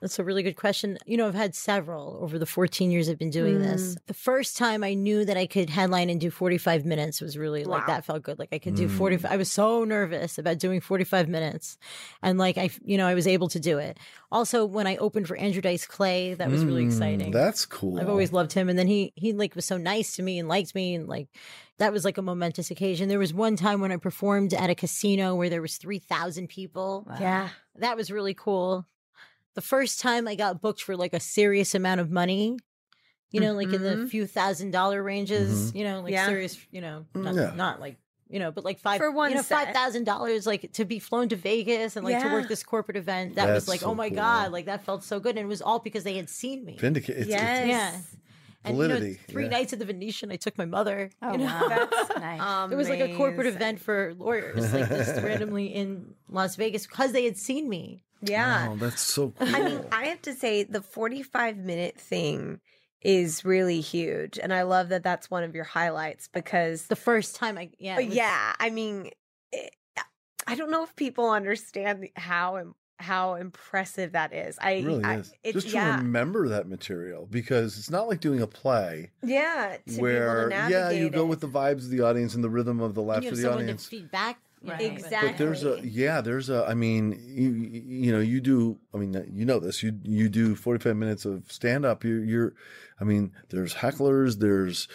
Speaker 3: That's a really good question. You know, I've had several over the 14 years I've been doing this. The first time I knew that I could headline and do 45 minutes was really
Speaker 5: Wow.
Speaker 3: like that felt good. Like I could do 45. I was so nervous about doing 45 minutes. And like I, you know, I was able to do it. Also, when I opened for Andrew Dice Clay, that was really
Speaker 4: Mm,
Speaker 3: exciting.
Speaker 4: That's cool.
Speaker 3: I've always loved him. And then he he like was so nice to me and liked me and like that was like a momentous occasion. There was one time when I performed at a casino where there was three thousand people.
Speaker 5: Yeah.
Speaker 3: That was really cool. The first time I got booked for like a serious amount of money, you know, like in the
Speaker 5: Mhm.
Speaker 3: few thousand dollar ranges, you know, like
Speaker 5: Yeah.
Speaker 3: serious, you know,
Speaker 4: Mm,
Speaker 3: not,
Speaker 4: Mm-hmm. yeah.
Speaker 3: not like you know, but like five
Speaker 5: For one
Speaker 3: you know,
Speaker 5: set.
Speaker 3: five thousand dollars, like to be flown to Vegas and like to
Speaker 5: Yeah.
Speaker 3: work this corporate event. That was
Speaker 4: That's
Speaker 3: like,
Speaker 4: so
Speaker 3: oh my
Speaker 4: cool.
Speaker 3: god, like that felt so good, and it was all because they had seen me.
Speaker 4: Vindicate. It's,
Speaker 5: yes.
Speaker 3: Yeah. And, you know,
Speaker 4: Validity,
Speaker 3: three
Speaker 4: yeah.
Speaker 3: nights at the Venetian, I took my mother.
Speaker 6: Oh,
Speaker 3: you know?
Speaker 6: wow. That's
Speaker 3: <laughs>
Speaker 6: nice.
Speaker 3: It was like a corporate
Speaker 5: Amazing.
Speaker 3: event for lawyers, like just
Speaker 4: <laughs>
Speaker 3: randomly in Las Vegas because they had seen me.
Speaker 5: Yeah.
Speaker 4: Oh, that's so cool.
Speaker 5: I mean, I have to say the 45 minute thing is really huge. And I love that that's one of your highlights because,
Speaker 3: The first time I, yeah, it was-
Speaker 5: yeah, I mean, it, I don't know if people understand how im- how impressive that is. I
Speaker 4: it really
Speaker 5: I,
Speaker 4: is.
Speaker 5: It's,
Speaker 4: Just to
Speaker 5: yeah.
Speaker 4: remember that material because it's not like doing a play
Speaker 5: yeah. To
Speaker 4: where,
Speaker 5: be able to
Speaker 4: yeah, you
Speaker 5: navigate
Speaker 4: go
Speaker 5: it.
Speaker 4: with the vibes of the audience and the rhythm of the laughs
Speaker 3: you
Speaker 4: of
Speaker 3: have
Speaker 4: the
Speaker 3: someone to
Speaker 4: audience.
Speaker 3: feed back.
Speaker 6: Right.
Speaker 5: Exactly.
Speaker 4: But there's a
Speaker 5: Exactly.
Speaker 4: yeah, there's a. I mean, you you know, you do. I mean, you know this. You you do 45 minutes of stand up. You're you're. I mean, there's hecklers. There's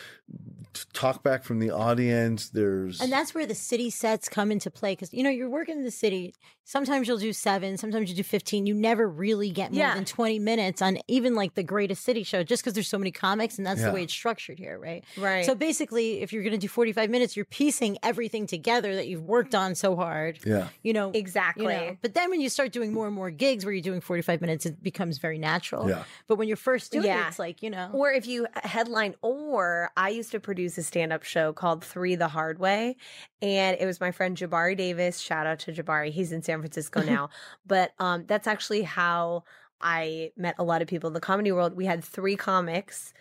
Speaker 4: t- talk back from the audience. There's
Speaker 3: And that's where the city sets come into play because you know you're working in the city. Sometimes you'll do seven, sometimes you do fifteen. You never really get more
Speaker 5: Yeah.
Speaker 3: than twenty minutes on even like the greatest city show, just because there's so many comics, and that's
Speaker 4: Yeah.
Speaker 3: the way it's structured here, right?
Speaker 5: Right.
Speaker 3: So basically, if you're going to do forty five minutes, you're piecing everything together that you've worked on so hard.
Speaker 4: yeah.
Speaker 3: You know
Speaker 5: Exactly.
Speaker 3: You know, but then when you start doing more and more gigs where you're doing 45 minutes, it becomes very natural.
Speaker 4: Yeah.
Speaker 3: But when you're first doing
Speaker 5: Yeah.
Speaker 3: it, it's like, you know,
Speaker 5: Or if you headline, or I used to produce a stand up show called Three the Hard Way. And it was my friend Jabari Davis. Shout out to Jabari. He's in San
Speaker 3: <laughs>
Speaker 5: Francisco now. but um, that's actually how I met a lot of people in the comedy world. We had three comics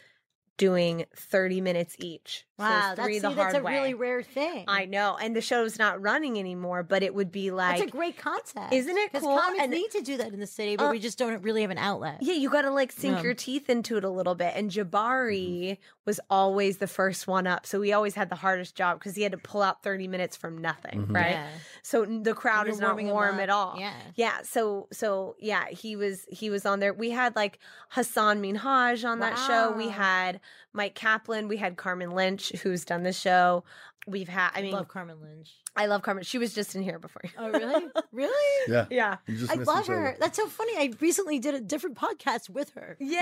Speaker 5: doing 30 minutes each. So it was
Speaker 3: wow, that's,
Speaker 5: three
Speaker 3: see,
Speaker 5: the
Speaker 3: that's
Speaker 5: hard
Speaker 3: a
Speaker 5: way.
Speaker 3: really rare thing.
Speaker 5: I know. And the show's not running anymore, but it would be like.
Speaker 3: That's a great concept.
Speaker 5: Isn't it
Speaker 3: Because
Speaker 5: cool?
Speaker 3: comics
Speaker 5: And-
Speaker 3: need to do that in the city, but
Speaker 5: Uh,
Speaker 3: we just don't really have an outlet.
Speaker 5: Yeah, you got to like sink
Speaker 3: Yeah.
Speaker 5: your teeth into it a little bit. And Jabari was always the first one up. So he always had the hardest job because he had to pull out 30 minutes from nothing, right?
Speaker 3: Yeah.
Speaker 5: So n- the crowd
Speaker 3: You're
Speaker 5: is not
Speaker 3: warming 'em
Speaker 5: warm
Speaker 3: up.
Speaker 5: at all.
Speaker 3: Yeah.
Speaker 5: Yeah, so so yeah, he was he was on there. We had like Hassan Minhaj on that show. We
Speaker 3: Wow.
Speaker 5: had Mike Kaplan, we had Carmen Lynch who's done the show. We've had I
Speaker 3: I
Speaker 5: mean
Speaker 3: love Carmen Lynch.
Speaker 5: I love Carmen. She was just in
Speaker 3: <laughs>
Speaker 5: here before.
Speaker 3: Oh, really? really?
Speaker 5: <laughs>
Speaker 4: Yeah.
Speaker 5: yeah.
Speaker 4: You just
Speaker 3: I
Speaker 4: miss
Speaker 3: love
Speaker 4: each other.
Speaker 3: her. That's so funny. I recently did a different podcast with her.
Speaker 5: Yay!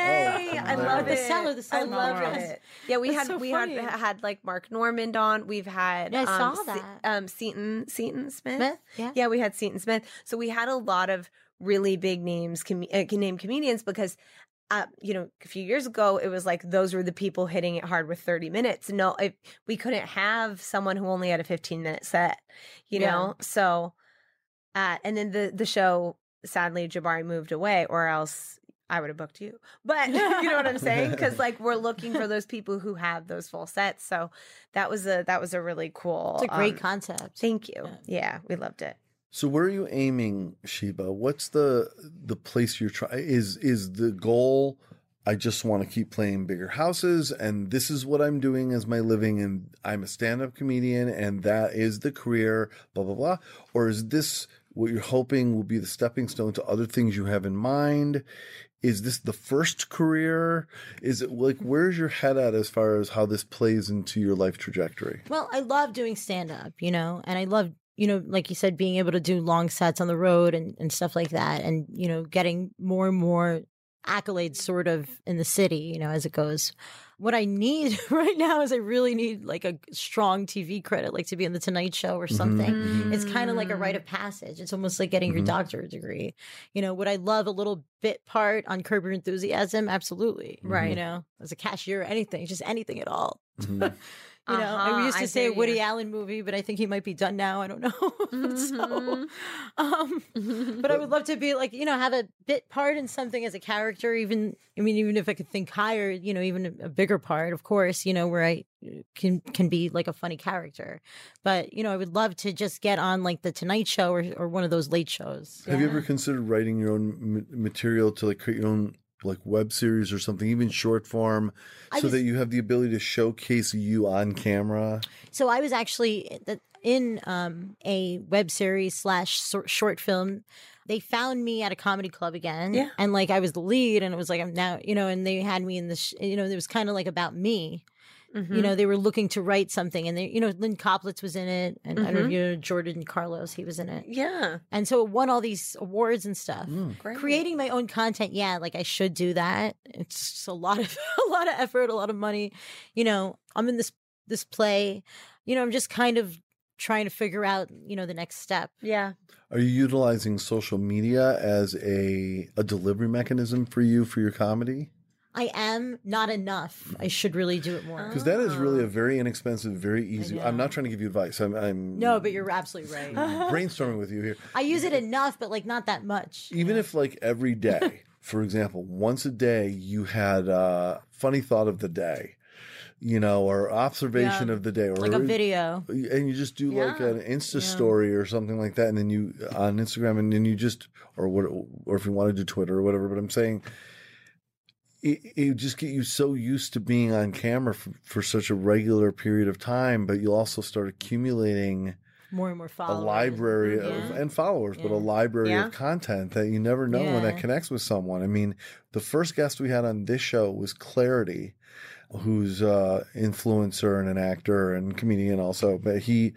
Speaker 4: Oh,
Speaker 5: I
Speaker 4: wow.
Speaker 5: love
Speaker 4: The
Speaker 5: it.
Speaker 3: seller, the seller
Speaker 5: I love
Speaker 3: podcast.
Speaker 5: it. Yeah, we
Speaker 3: That's
Speaker 5: had
Speaker 3: so
Speaker 5: we
Speaker 3: funny.
Speaker 5: had had like Mark Normand on. We've had
Speaker 3: Yeah, I
Speaker 5: um,
Speaker 3: saw
Speaker 5: Se-
Speaker 3: that.
Speaker 5: um, Seton Seton Smith.
Speaker 3: Smith, yeah.
Speaker 5: yeah, we had Seton Smith. So we had a lot of really big names, com- uh, name comedians because. Uh, you know, a few years ago, it was like those were the people hitting it hard with 30 minutes. No, if we couldn't have someone who only had a 15 minute set, you
Speaker 3: Yeah.
Speaker 5: know? So, uh, and then the, the show, sadly, Jabari moved away, or else I would have booked you. But <laughs> you know what I'm
Speaker 3: <laughs>
Speaker 5: saying? Because like we're looking for those people who have those full sets. So that was a that was a really cool.
Speaker 3: It's a great
Speaker 5: um,
Speaker 3: concept.
Speaker 5: Thank you. Yeah, we loved it.
Speaker 4: So where are you aiming, Sheba? What's the the place you're trying? Is is the goal? I just want to keep playing bigger houses, and this is what I'm doing as my living, and I'm a stand up comedian, and that is the career, blah blah blah. Or is this what you're hoping will be the stepping stone to other things you have in mind? Is this the first career? Is it like where's your head at as far as how this plays into your life trajectory?
Speaker 3: Well, I love doing stand up, you know, and I love, you know, like you said, being able to do long sets on the road and, and stuff like that. And, you know, getting more and more accolades sort of in the city, you know, as it goes. What I need <laughs> right now is I really need like a strong TV credit, like to be on The Tonight Show or something.
Speaker 4: Mm.
Speaker 3: It's kind of like a rite of passage. It's almost like getting your doctorate degree. You know, would I love a little bit part on Curb Your Enthusiasm? Absolutely.
Speaker 5: Right.
Speaker 3: You know, as a cashier, anything, just anything at all.
Speaker 4: Mhm.
Speaker 3: You know, I
Speaker 5: Uh-huh,
Speaker 3: used to
Speaker 5: I
Speaker 3: say
Speaker 5: hear
Speaker 3: a Woody
Speaker 5: you.
Speaker 3: Allen movie, but I think he might be done now. I don't know. <laughs> so,
Speaker 5: Mm-hmm.
Speaker 3: <laughs> um, but I would love to be like, you know, have a bit part in something as a character. Even, I mean, even if I could think higher, you know, even a bigger part, of course, you know, where I uh, can can be like a funny character. But you know, I would love to just get on like the Tonight Show or, or one of those late shows.
Speaker 4: Have you ever considered writing your own m- material to like create your own like web series or something, even short form, so
Speaker 3: I was-
Speaker 4: that you have the ability to showcase you on camera?
Speaker 3: So I was actually th- in um, a web series slash sor- short film. They found me at a comedy club again,
Speaker 5: Yeah.
Speaker 3: and like I was the lead, and it was like I'm now, you know, and they had me in this, sh- you know, it was kind of like about me. You know, they were looking to write something, and they, you know, Lynn Coplitz was in it, and I don't know if you know Jordan Carlos, he was in it,
Speaker 5: Yeah,
Speaker 3: and so it won all these awards and stuff.
Speaker 4: Mm.
Speaker 5: great.
Speaker 3: Creating my own content, yeah, like I should do that. It's just a lot of <laughs> a lot of effort, a lot of money. You know, I'm in this this play. You know, I'm just kind of trying to figure out, you know, the next step.
Speaker 5: Yeah.
Speaker 4: Are you utilizing social media as a a delivery mechanism for you for your comedy?
Speaker 3: I am not enough. I should really do it more.
Speaker 4: Because that is really a very inexpensive, very easy. I'm
Speaker 3: Ah. know.
Speaker 4: not trying to give you advice. I'm, I'm
Speaker 3: No, but you're <laughs> absolutely
Speaker 4: <laughs>
Speaker 3: right.
Speaker 4: brainstorming with you here.
Speaker 3: I use it enough, but like not that much.
Speaker 4: Even if like
Speaker 3: <laughs>
Speaker 4: every day, for example, once a day you had a funny thought of the day, you know, or observation
Speaker 3: Yeah.
Speaker 4: of the day, or
Speaker 3: Like a video.
Speaker 4: and you just do like
Speaker 5: Yeah.
Speaker 4: an Insta story or something like that, and then you on Instagram, and then you just or what, or if you want to do Twitter or whatever. But I'm saying, it, it would just get you so used to being on camera for, for such a regular period of time, but you'll also start accumulating
Speaker 3: More and more
Speaker 4: a
Speaker 3: followers. Mm-hmm.
Speaker 4: library of,
Speaker 5: Yeah.
Speaker 4: and followers, but a
Speaker 3: Yeah.
Speaker 4: library
Speaker 5: Yeah.
Speaker 4: of content that you never know when that
Speaker 3: Yeah.
Speaker 4: connects with someone. I mean, the first guest we had on this show was Clarity, who's a influencer and an actor and comedian also, but he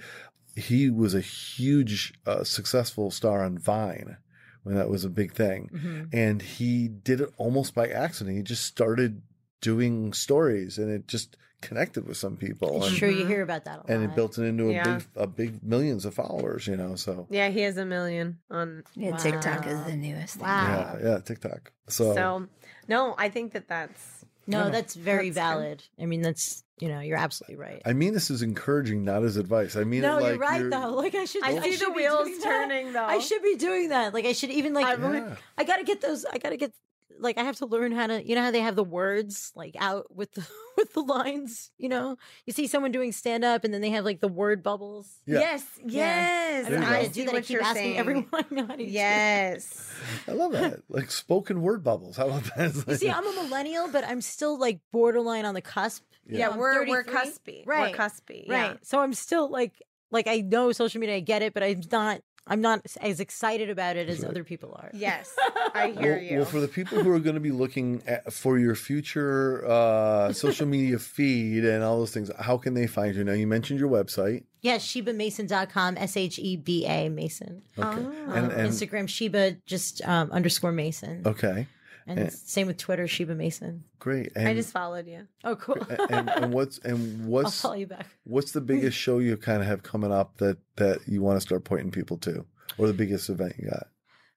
Speaker 4: he was a huge uh, successful star on Vine when that was a big thing,
Speaker 3: Mm-hmm.
Speaker 4: and he did it almost by accident. He just started doing stories, and it just connected with some people.
Speaker 3: I'm
Speaker 4: And,
Speaker 3: sure you hear about that a lot.
Speaker 4: and it built it into a
Speaker 5: Yeah.
Speaker 4: big a big millions of followers, you know. So
Speaker 5: Yeah, he has a million on
Speaker 6: Yeah, TikTok is the newest
Speaker 3: Wow.
Speaker 4: yeah, yeah, TikTok. So,
Speaker 5: So, no, I think that that's
Speaker 3: No, that's very
Speaker 5: That's good.
Speaker 3: valid. I mean, that's you know, you're absolutely right.
Speaker 4: I mean this is encouraging, not as advice. I mean it
Speaker 3: no,
Speaker 4: like
Speaker 3: you're right though. <laughs> Like I should.
Speaker 5: I see the
Speaker 3: should be
Speaker 5: wheels
Speaker 3: doing that.
Speaker 5: turning, though.
Speaker 3: I should be doing that. Like I should even like.
Speaker 5: I'm-
Speaker 4: Yeah.
Speaker 3: I gotta get those. I gotta get. Like I have to learn how to. You know how they have the words like out with the <laughs> with the lines. You know, you see someone doing stand up and then they have like the word bubbles.
Speaker 4: Yeah.
Speaker 5: yes, yes.
Speaker 3: I don't know
Speaker 4: you
Speaker 3: how to
Speaker 4: go.
Speaker 5: see
Speaker 3: do that. I
Speaker 5: what
Speaker 3: keep
Speaker 5: you're
Speaker 3: asking
Speaker 5: saying.
Speaker 3: everyone. <laughs> I know how to do it.
Speaker 5: Yes,
Speaker 4: I
Speaker 3: <laughs>
Speaker 4: love that. like spoken word bubbles. How about that? It's
Speaker 3: You see,
Speaker 4: like-
Speaker 3: I'm a millennial, but I'm still like borderline on the cusp.
Speaker 4: Yeah.
Speaker 5: yeah.
Speaker 3: I'm
Speaker 5: we're we're
Speaker 3: 33.
Speaker 5: cuspy,
Speaker 3: Right.
Speaker 5: We're cuspy,
Speaker 3: Right.
Speaker 5: yeah.
Speaker 3: So I'm still like like I know social media, I get it, but I'm not I'm not as excited about it as other people are.
Speaker 5: <laughs> Yes, I hear
Speaker 4: well,
Speaker 5: you.
Speaker 4: well, for the people
Speaker 3: <laughs>
Speaker 4: who are going to be looking at, for your future uh, social media feed and all those things, how can they find you? Now, you mentioned your website.
Speaker 3: Yeah, shebamason.com, S H E B A Mason.
Speaker 4: Okay. Uh,
Speaker 3: Um, Instagram Sheba just um, underscore Mason.
Speaker 4: Okay.
Speaker 3: And
Speaker 4: eh.
Speaker 3: same with Twitter, Sheba Mason.
Speaker 4: Great. And,
Speaker 5: I just followed you.
Speaker 3: Oh cool. <laughs>
Speaker 4: and, and what's and
Speaker 3: I'll
Speaker 4: what's
Speaker 3: follow you back.
Speaker 4: What's the biggest show you kind of have coming up that that you want to start pointing people to, or the biggest event you got?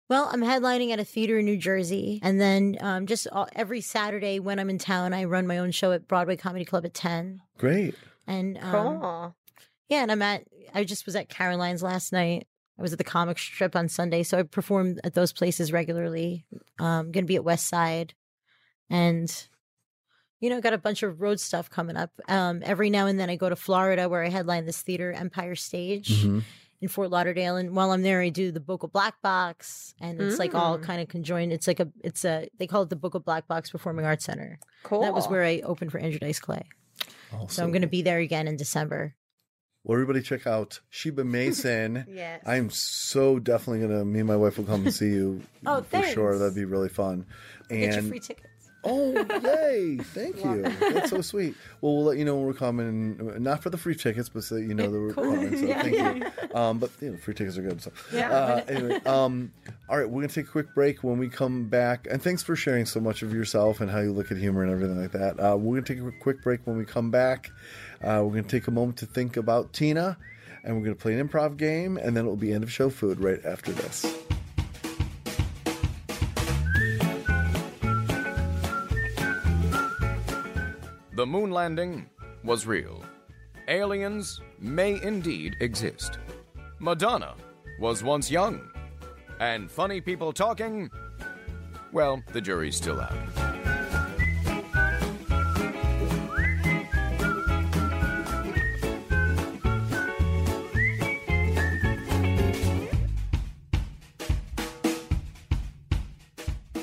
Speaker 3: Well, I'm headlining at a theater in New Jersey, and then um, just all, every Saturday when I'm in town, I run my own show at Broadway Comedy Club at ten.
Speaker 4: Great.
Speaker 3: And um,
Speaker 5: Cool.
Speaker 3: Yeah, and I'm at. I just was at Caroline's last night. I was at the comic strip on Sunday, so I perform at those places regularly. Um, going to be at West Side, and you know, got a bunch of road stuff coming up. Um, every now and then, I go to Florida where I headline this theater, Empire Stage
Speaker 4: Mhm.
Speaker 3: in Fort Lauderdale, and while I'm there, I do the Boca Black Box, and it's like all
Speaker 5: Mm.
Speaker 3: kind of conjoined. It's like a, it's a, they call it the Boca Black Box Performing Arts Center.
Speaker 5: Cool.
Speaker 3: That was where I opened for Andrew Dice Clay, so I'm
Speaker 4: Awesome.
Speaker 3: going to be there again in December.
Speaker 4: Well, everybody, check out
Speaker 3: <laughs>
Speaker 4: Sheba Mason.
Speaker 5: Yes.
Speaker 4: I'm so definitely gonna. Me and my wife will come and see you.
Speaker 3: <laughs> Oh,
Speaker 4: for sure.
Speaker 3: thanks.
Speaker 4: That'd be really fun.
Speaker 3: Get your
Speaker 4: And
Speaker 3: free tickets.
Speaker 4: oh, yay! Thank you. That's so sweet. Well, we'll let you know when we're coming. Not for the free tickets, but so that you know that we're coming. So thank you. Um, but you know, free tickets are good. So
Speaker 5: Yeah.
Speaker 4: Uh, anyway, um, all right, we're gonna take a quick break. When we come back, and thanks for sharing so much of yourself and how you look at humor and everything like that. Uh, we're gonna take a quick break. When we come back, uh, we're gonna take a moment to think about Tina, and we're gonna play an improv game, and then it will be end of show food right after this.
Speaker 2: The moon landing was real. Aliens may indeed exist. Madonna was once young. And funny people talking? Well, the jury's still out.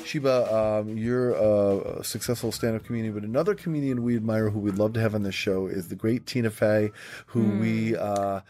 Speaker 4: Sheba, um, you're a successful stand-up comedian, but another comedian we admire who we'd love to have on this show is the great Tina Fey, who
Speaker 5: Hmm.
Speaker 4: we uh,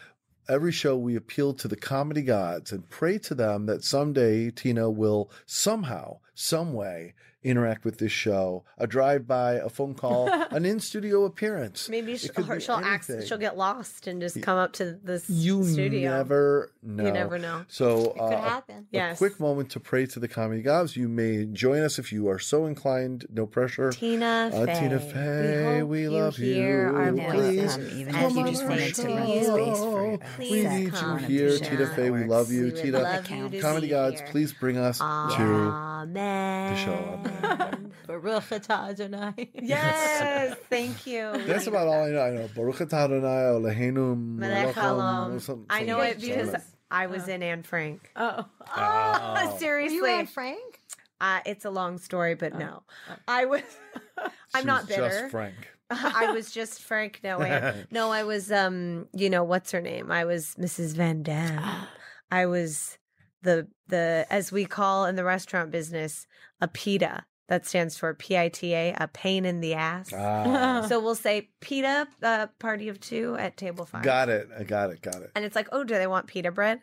Speaker 4: every show we appeal to the comedy gods and pray to them that someday Tina will somehow, some way interact with this show a drive by, a phone
Speaker 5: <laughs>
Speaker 4: call, an in studio appearance.
Speaker 5: Maybe
Speaker 4: It
Speaker 5: she,
Speaker 4: could be
Speaker 5: she'll ax-
Speaker 4: anything.
Speaker 5: she'll get lost and just come up to this
Speaker 4: You
Speaker 5: studio.
Speaker 4: never know.
Speaker 5: You never know.
Speaker 4: So
Speaker 3: Could
Speaker 4: uh,
Speaker 3: happen.
Speaker 4: a
Speaker 5: Yes.
Speaker 4: quick moment to pray to the comedy gods. You may join us if you are so inclined. No pressure.
Speaker 5: Tina
Speaker 4: Uh,
Speaker 5: Fey.
Speaker 4: Tina Fey,
Speaker 5: hope
Speaker 4: we,
Speaker 5: you
Speaker 4: love you.
Speaker 5: hear our um,
Speaker 6: Now
Speaker 4: please.
Speaker 5: voices.
Speaker 6: come, even
Speaker 5: Come
Speaker 6: if you
Speaker 5: on
Speaker 6: just
Speaker 5: our
Speaker 6: wanted to
Speaker 5: show.
Speaker 6: make space for your
Speaker 5: Please
Speaker 4: We
Speaker 6: sex,
Speaker 4: need
Speaker 5: come
Speaker 4: you
Speaker 6: wanna
Speaker 4: here,
Speaker 6: appreciate
Speaker 4: Tina
Speaker 6: how
Speaker 4: Fey.
Speaker 6: that
Speaker 4: We
Speaker 6: works.
Speaker 4: love you,
Speaker 5: We would
Speaker 4: Tina.
Speaker 5: love you to
Speaker 4: Comedy
Speaker 5: be
Speaker 4: gods,
Speaker 5: here.
Speaker 4: please bring us to.
Speaker 5: Amen.
Speaker 4: show.
Speaker 3: Baruch atah Adonai. <laughs>
Speaker 5: Yes,
Speaker 4: <laughs>
Speaker 5: thank you.
Speaker 4: That's about all I know. I know Baruch Atah Adonai Eloheinu
Speaker 5: Melech
Speaker 4: Melech Haolam,
Speaker 5: Haolam.
Speaker 4: something-
Speaker 5: Um, I know it
Speaker 4: something like
Speaker 5: because
Speaker 4: that.
Speaker 5: I was in Anne Frank. <laughs>
Speaker 3: Oh,
Speaker 4: Oh.
Speaker 3: you were Oh. on
Speaker 5: Seriously,
Speaker 3: Frank?
Speaker 5: uh, it's a long story,
Speaker 3: <laughs>
Speaker 5: but no, I was. I'm
Speaker 4: She
Speaker 5: not
Speaker 4: was Just
Speaker 5: bitter.
Speaker 4: Frank.
Speaker 5: I was just Frank.
Speaker 4: <laughs>
Speaker 5: No, I, no, I was. Um, you know what's her name? I was Mrs.
Speaker 3: <gasps>
Speaker 5: Van Dam. I was the the as we call in the restaurant business a pita. That stands for P I T A, a pain in the ass. <laughs>
Speaker 4: Ah,
Speaker 5: So we'll say pita uh, party of two at table five.
Speaker 4: got it. I got it. Got it.
Speaker 5: And it's like, oh, do they want pita bread?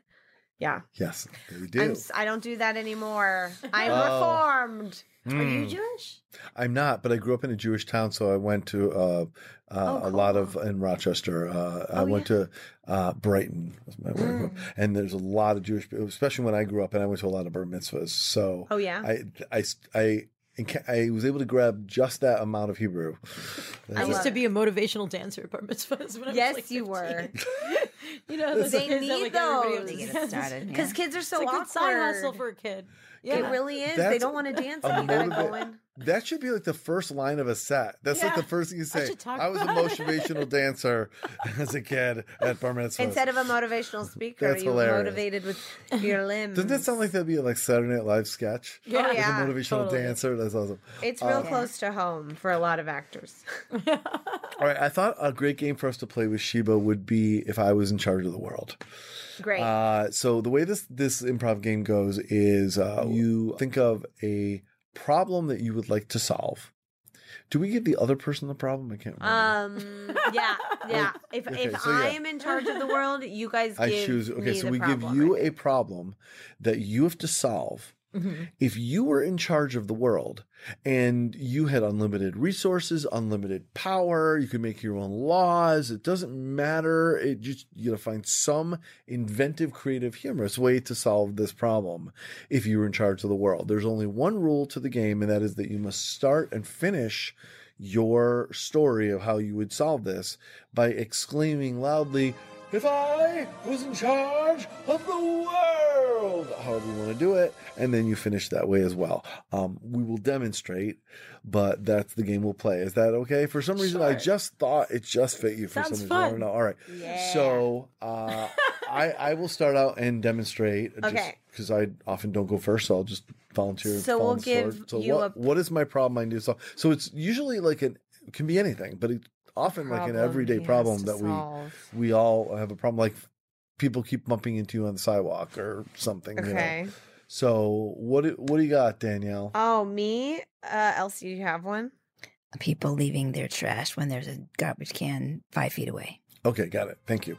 Speaker 5: Yeah.
Speaker 4: Yes, they
Speaker 5: I'm,
Speaker 4: do.
Speaker 5: s- I don't do
Speaker 3: <laughs>
Speaker 5: that anymore. I'm
Speaker 4: Oh.
Speaker 5: reformed.
Speaker 3: Are you Jewish?
Speaker 4: I'm not, but I grew up in a Jewish town, so I went to uh, uh,
Speaker 3: Oh,
Speaker 4: a lot of in Rochester. Uh, I went to uh, Brighton, was my where I
Speaker 3: Mm.
Speaker 4: grew up. and there's a lot of Jewish, especially when I grew up, and I went to a lot of bar mitzvahs. So,
Speaker 5: Oh, yeah?
Speaker 4: I I I, enca- I was able to grab just that amount of Hebrew.
Speaker 3: I
Speaker 4: That's
Speaker 3: used
Speaker 5: love
Speaker 3: to
Speaker 5: it.
Speaker 3: be a motivational dancer at bar mitzvahs. When I
Speaker 5: Yes,
Speaker 3: was like 15.
Speaker 5: you were.
Speaker 3: <laughs> you know, those
Speaker 5: They
Speaker 3: kids that,
Speaker 5: need
Speaker 3: like, everybody
Speaker 5: those.
Speaker 3: else
Speaker 6: to
Speaker 3: is <laughs>
Speaker 6: get
Speaker 3: dancing.
Speaker 6: it started.
Speaker 5: Because kids are
Speaker 3: It's
Speaker 5: so
Speaker 3: a
Speaker 5: awkward.
Speaker 3: good side hustle for a kid. Yeah, <laughs>
Speaker 5: it really is. they
Speaker 4: That's
Speaker 5: don't want to dance
Speaker 4: a
Speaker 5: when you got it
Speaker 4: motiva-
Speaker 5: going.
Speaker 4: That should be like the first line of a set. That's like
Speaker 3: Yeah.
Speaker 4: the first thing you say.
Speaker 3: should talk
Speaker 4: I was a
Speaker 3: about it. <laughs>
Speaker 4: motivational dancer <laughs> as a kid at bar mitzvahs.
Speaker 5: Instead of a motivational speaker,
Speaker 4: That's
Speaker 5: you were
Speaker 4: hilarious.
Speaker 5: motivated with
Speaker 3: <laughs>
Speaker 5: your limbs.
Speaker 4: Doesn't that sound like that'd be like Saturday Night Live sketch?
Speaker 3: Yeah.
Speaker 5: Oh,
Speaker 4: Like
Speaker 5: yeah.
Speaker 4: a motivational
Speaker 3: totally.
Speaker 4: dancer. That's awesome. Uh,
Speaker 5: It's real close to home for a lot
Speaker 4: <laughs>
Speaker 5: of actors.
Speaker 4: All right, I thought a great game for us to play with Sheba would be if I was in charge of the world.
Speaker 5: Great.
Speaker 4: Uh, so the way this this improv game goes is uh, you think of a problem that you would like to solve. Do we give the other person the problem? I can't remember.
Speaker 3: <laughs>
Speaker 5: um. Yeah. Yeah. If
Speaker 4: Oh, okay,
Speaker 5: if
Speaker 4: so yeah.
Speaker 5: I am in charge of the world, you guys. Give
Speaker 4: I choose.
Speaker 5: me
Speaker 4: Okay, so
Speaker 5: the
Speaker 4: we give
Speaker 5: problem,
Speaker 4: you
Speaker 5: I
Speaker 4: a problem that you have to solve.
Speaker 5: Mm-hmm.
Speaker 4: If you were in charge of the world and you had unlimited resources, unlimited power, you could make your own laws. It doesn't matter. It just you gotta find some inventive, creative, humorous way to solve this problem. If you were in charge of the world, there's only one rule to the game, and that is that you must start and finish your story of how you would solve this by exclaiming loudly, If I was in charge of the world, however you want to do it. And then you finish that way as well. Um, we will demonstrate, but that's the game we'll play. Is that okay? For some reason, I just thought it just fit you for
Speaker 3: Sounds
Speaker 4: some reason. I don't
Speaker 3: fun.
Speaker 4: know. All right. So uh, I, I will start out and demonstrate.
Speaker 5: Okay.
Speaker 4: Because I often don't go first, so I'll just volunteer.
Speaker 5: So
Speaker 4: fall
Speaker 5: we'll
Speaker 4: on sword.
Speaker 5: give
Speaker 4: So
Speaker 5: you
Speaker 4: what-
Speaker 5: a-
Speaker 4: what is my problem I need to solve? So it's usually like an it can be anything, but it's often like an
Speaker 5: problem
Speaker 4: everyday
Speaker 5: he has
Speaker 4: problem
Speaker 5: to
Speaker 4: that
Speaker 5: solve.
Speaker 4: we we all have a problem like people keep bumping into you on the sidewalk or something. you know.
Speaker 5: Okay.
Speaker 4: So what do- what do you got, Danielle?
Speaker 5: Oh, me? Uh, Elsie, you have one?
Speaker 6: People leaving their trash when there's a garbage can five feet away.
Speaker 4: Okay, got it. Thank you.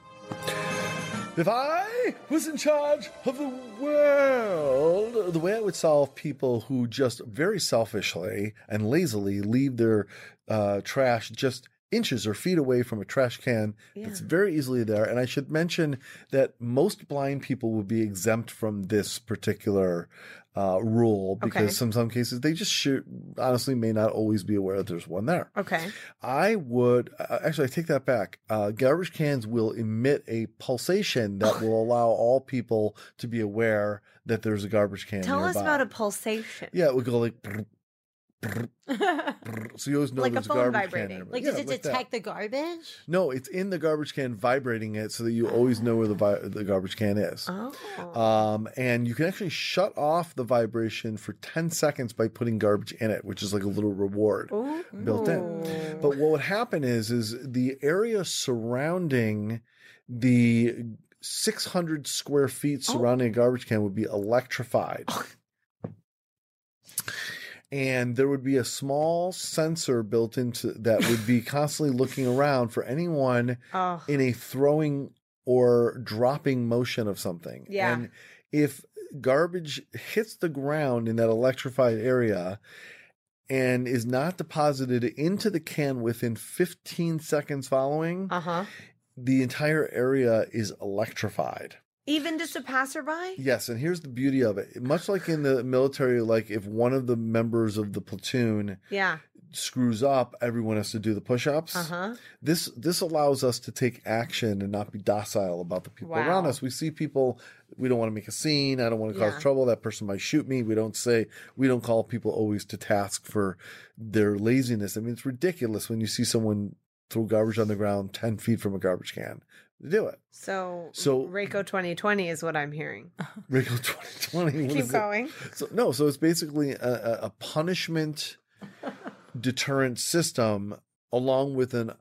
Speaker 4: If I was in charge of the world, the way I would solve people who just very selfishly and lazily leave their uh, trash just inches or feet away from a trash can that's very easily there. And I should mention that most blind people would be exempt from this particular uh, rule because in some cases they just should, honestly may not always be aware that there's one there.
Speaker 5: Okay.
Speaker 4: I would uh, actually I take that back. Uh, garbage cans will emit a pulsation that will allow all people to be aware that there's a garbage can.
Speaker 5: Tell us
Speaker 4: nearby.
Speaker 5: about a pulsation.
Speaker 4: Yeah, it would go like. brr, brr, brr. So you always know
Speaker 5: Like a
Speaker 4: there's
Speaker 5: phone
Speaker 4: garbage
Speaker 5: vibrating.
Speaker 4: can. nearby.
Speaker 3: Like,
Speaker 4: Yeah,
Speaker 3: does it
Speaker 4: like that.
Speaker 3: detect the garbage?
Speaker 4: No, it's in the garbage can, vibrating it so that you always know where the vi- the garbage can is.
Speaker 5: Oh.
Speaker 4: Um, and you can actually shut off the vibration for 10 seconds by putting garbage in it, which is like a little reward built in. But what would happen is, is the area surrounding the 600 square feet surrounding a garbage can would be electrified. And there would be a small sensor built into that would be constantly looking around for anyone
Speaker 5: Oh.
Speaker 4: in a throwing or dropping motion of something.
Speaker 5: Yeah.
Speaker 4: And if garbage hits the ground in that electrified area, and is not deposited into the can within 15 seconds following,
Speaker 5: Uh huh.
Speaker 4: the entire area is electrified.
Speaker 5: Even just a passerby?
Speaker 4: Yes, and here's the beauty of it. Much like in the military, like if one of the members of the platoon
Speaker 5: Yeah.
Speaker 4: screws up, everyone has to do the push-ups.
Speaker 5: Uh huh.
Speaker 4: This this allows us to take action and not be docile about the people
Speaker 5: Wow.
Speaker 4: around us. We see people, we don't want to make a scene. I don't want to
Speaker 5: Yeah.
Speaker 4: cause trouble. That person might shoot me. We don't say we don't call people always to task for their laziness. I mean, it's ridiculous when you see someone throw garbage on the ground ten feet from a garbage can. Do it.
Speaker 5: So,
Speaker 4: So-
Speaker 5: Reiko 2020 is what
Speaker 4: <laughs>
Speaker 5: I'm hearing.
Speaker 4: Wrinkle twenty twenty. what
Speaker 5: Keep
Speaker 4: is it?
Speaker 5: going.
Speaker 4: So no, so it's basically a, a- a
Speaker 5: <laughs>
Speaker 4: punishment deterrent system along with an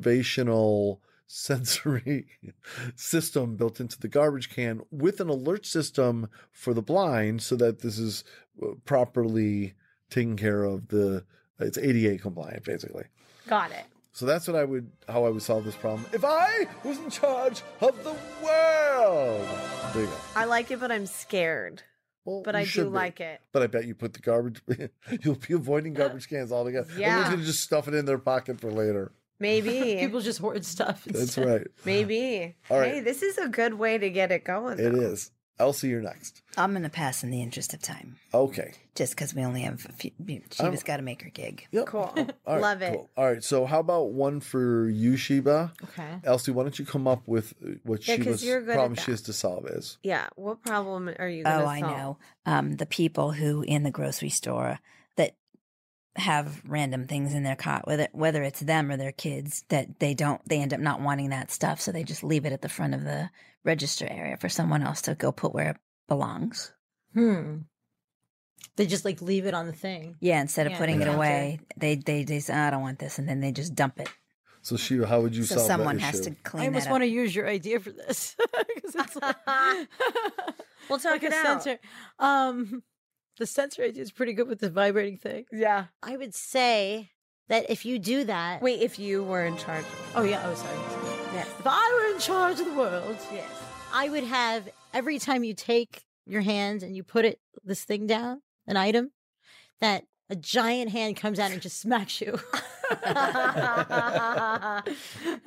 Speaker 4: observational sensory <laughs> system built into the garbage can with an alert system for the blind so that this is uh, properly taken care of the it's ADA compliant basically.
Speaker 5: Got it.
Speaker 4: So that's what I would how I would solve this problem if I was in charge of the world. There you go.
Speaker 5: I like it, but I'm scared.
Speaker 4: Well,
Speaker 5: But
Speaker 4: you
Speaker 5: I do
Speaker 4: should be. <laughs>
Speaker 5: like it.
Speaker 4: But I bet you put the garbage. <laughs> you'll be avoiding garbage cans altogether. Everyone's
Speaker 5: Yeah.
Speaker 4: gonna just stuff it in their pocket for later.
Speaker 5: Maybe.
Speaker 3: <laughs> People just hoard stuff. <laughs>
Speaker 4: That's
Speaker 5: <laughs>
Speaker 3: instead.
Speaker 4: right.
Speaker 5: Maybe.
Speaker 4: All
Speaker 5: Hey,
Speaker 4: right.
Speaker 5: this is a good way to get it going.
Speaker 4: It
Speaker 5: though.
Speaker 4: is. Elsie, you're next.
Speaker 6: I'm going to pass in the interest of time
Speaker 4: Okay.
Speaker 6: just because we only have a few. She
Speaker 4: I'm-
Speaker 3: Oh.
Speaker 6: just got to make her gig.
Speaker 4: Yep.
Speaker 5: Cool. <laughs>
Speaker 4: All right,
Speaker 5: Love it.
Speaker 4: cool. All right. So how about one for you, Sheba?
Speaker 3: Okay.
Speaker 4: Elsie, why don't you come up with uh, what
Speaker 5: Yeah, 'cause
Speaker 4: Sheba's
Speaker 5: you're good at
Speaker 4: problem
Speaker 5: that.
Speaker 4: she has to solve is?
Speaker 5: Yeah. What problem are you going to
Speaker 6: Oh,
Speaker 5: solve?
Speaker 6: I know. Um, the people who in the grocery store that have random things in their cot, whether whether it's them or their kids, that they don't, they end up not wanting that stuff, so they just leave it at the front of the register area for someone else to go put where it belongs.
Speaker 3: Hmm. They just like leave it on the thing.
Speaker 6: Yeah, instead of
Speaker 3: Yeah,
Speaker 6: putting it
Speaker 3: counter.
Speaker 6: away, they they they say, "I don't want this," and then they just dump it.
Speaker 4: So Sheba, how would you
Speaker 6: so
Speaker 4: solve
Speaker 6: someone
Speaker 4: that
Speaker 6: has
Speaker 4: issue?
Speaker 6: to clean
Speaker 3: I almost
Speaker 6: that up.
Speaker 3: want to use your idea for this. <laughs> 'Cause it's
Speaker 7: <laughs>
Speaker 3: like,
Speaker 5: We'll talk
Speaker 3: like
Speaker 5: it
Speaker 3: a
Speaker 5: out.
Speaker 3: sensor. Um, <laughs> the sensor idea is pretty good with the vibrating thing.
Speaker 5: Yeah.
Speaker 7: I would say that if you do that,
Speaker 5: Wait, if you were in charge.
Speaker 3: Oh yeah. Oh sorry.
Speaker 5: Yes.
Speaker 3: If I were in charge of the world,
Speaker 5: Yes.
Speaker 7: I would have every time you take your hand and you put it this thing down, an item, that a giant hand comes out and just smacks you.
Speaker 3: <laughs>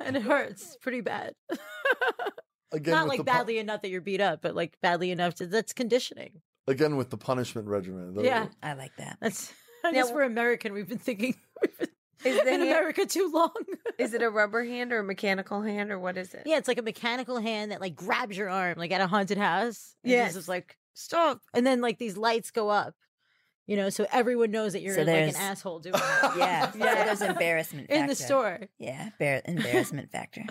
Speaker 3: and it hurts pretty bad. <laughs>
Speaker 4: again,
Speaker 3: not
Speaker 4: with
Speaker 3: like
Speaker 4: the pu-
Speaker 3: badly enough that you're beat up, but like badly enough to, that's conditioning.
Speaker 4: again with the punishment regimen. The-
Speaker 3: Yeah.
Speaker 6: I like that.
Speaker 3: That's <laughs> I guess
Speaker 5: Now-
Speaker 3: we're American. We've been thinking <laughs> we've been
Speaker 5: Is
Speaker 3: in
Speaker 5: the hand-
Speaker 3: America too long. <laughs>
Speaker 5: Is it a rubber hand or a mechanical hand or what is it?
Speaker 3: yeah, it's like a mechanical hand that like grabs your arm, like at a haunted house. And
Speaker 5: Yes.
Speaker 3: it's just like stop, and then like these lights go up, you know, so everyone knows that you're
Speaker 6: So
Speaker 3: like an
Speaker 6: there's-
Speaker 3: <laughs> asshole doing it.
Speaker 6: Yeah, yeah.
Speaker 3: <laughs>
Speaker 5: Yeah.
Speaker 6: So there's embarrassment
Speaker 3: in the
Speaker 6: factor.
Speaker 3: store.
Speaker 6: Yeah, embar- embarrassment
Speaker 4: <laughs>
Speaker 6: factor.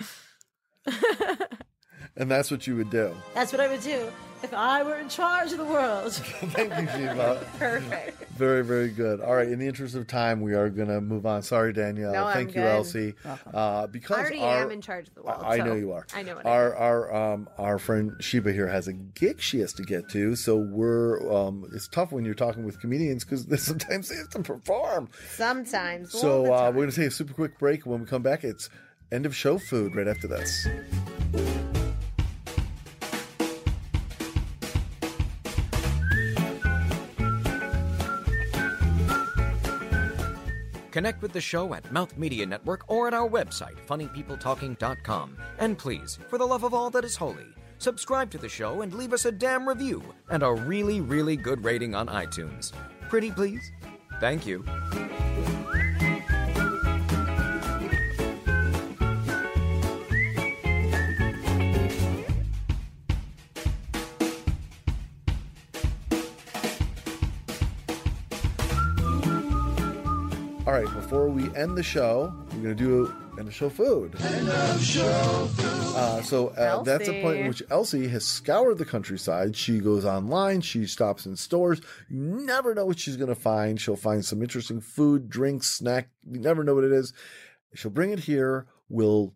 Speaker 4: And that's what you would do. <laughs>
Speaker 3: That's what I would do if I were in charge of the <laughs> world.
Speaker 4: Thank you, Sheba.
Speaker 5: Perfect.
Speaker 4: Very, very good. All right. In the interest of time, we are going to move on. Sorry, Danielle.
Speaker 5: No, I'm
Speaker 4: Thank you,
Speaker 5: good.
Speaker 4: Elsie. Uh, because
Speaker 5: I already
Speaker 4: our-
Speaker 5: am in charge of the world.
Speaker 4: I I know
Speaker 5: so
Speaker 4: you are. Uh,
Speaker 5: I know what I
Speaker 4: our our um our friend Sheba here has a gig she has to get to, so we're um it's tough when you're talking with comedians because <laughs> sometimes they have to perform.
Speaker 5: Sometimes. all
Speaker 4: so
Speaker 5: the
Speaker 4: uh,
Speaker 5: time.
Speaker 4: we're gonna take a super quick break. When we come back, it's end of show food right after this.
Speaker 2: Connect with the show at Mouth Media Network or at our website, funnypeopletalking.com. And please, for the love of all that is holy, subscribe to the show and leave us a damn review and a really, really good rating on iTunes. Pretty please? Thank you.
Speaker 4: All right, before we end the show, we're gonna do end of show food. End of show food. Uh, so uh, that's a point in
Speaker 5: Elsie.
Speaker 4: which Elsie has scoured the countryside. She goes online. She stops in stores. You never know what she's gonna find. She'll find some interesting food, drinks, snack. You never know what it is. She'll bring it here. We'll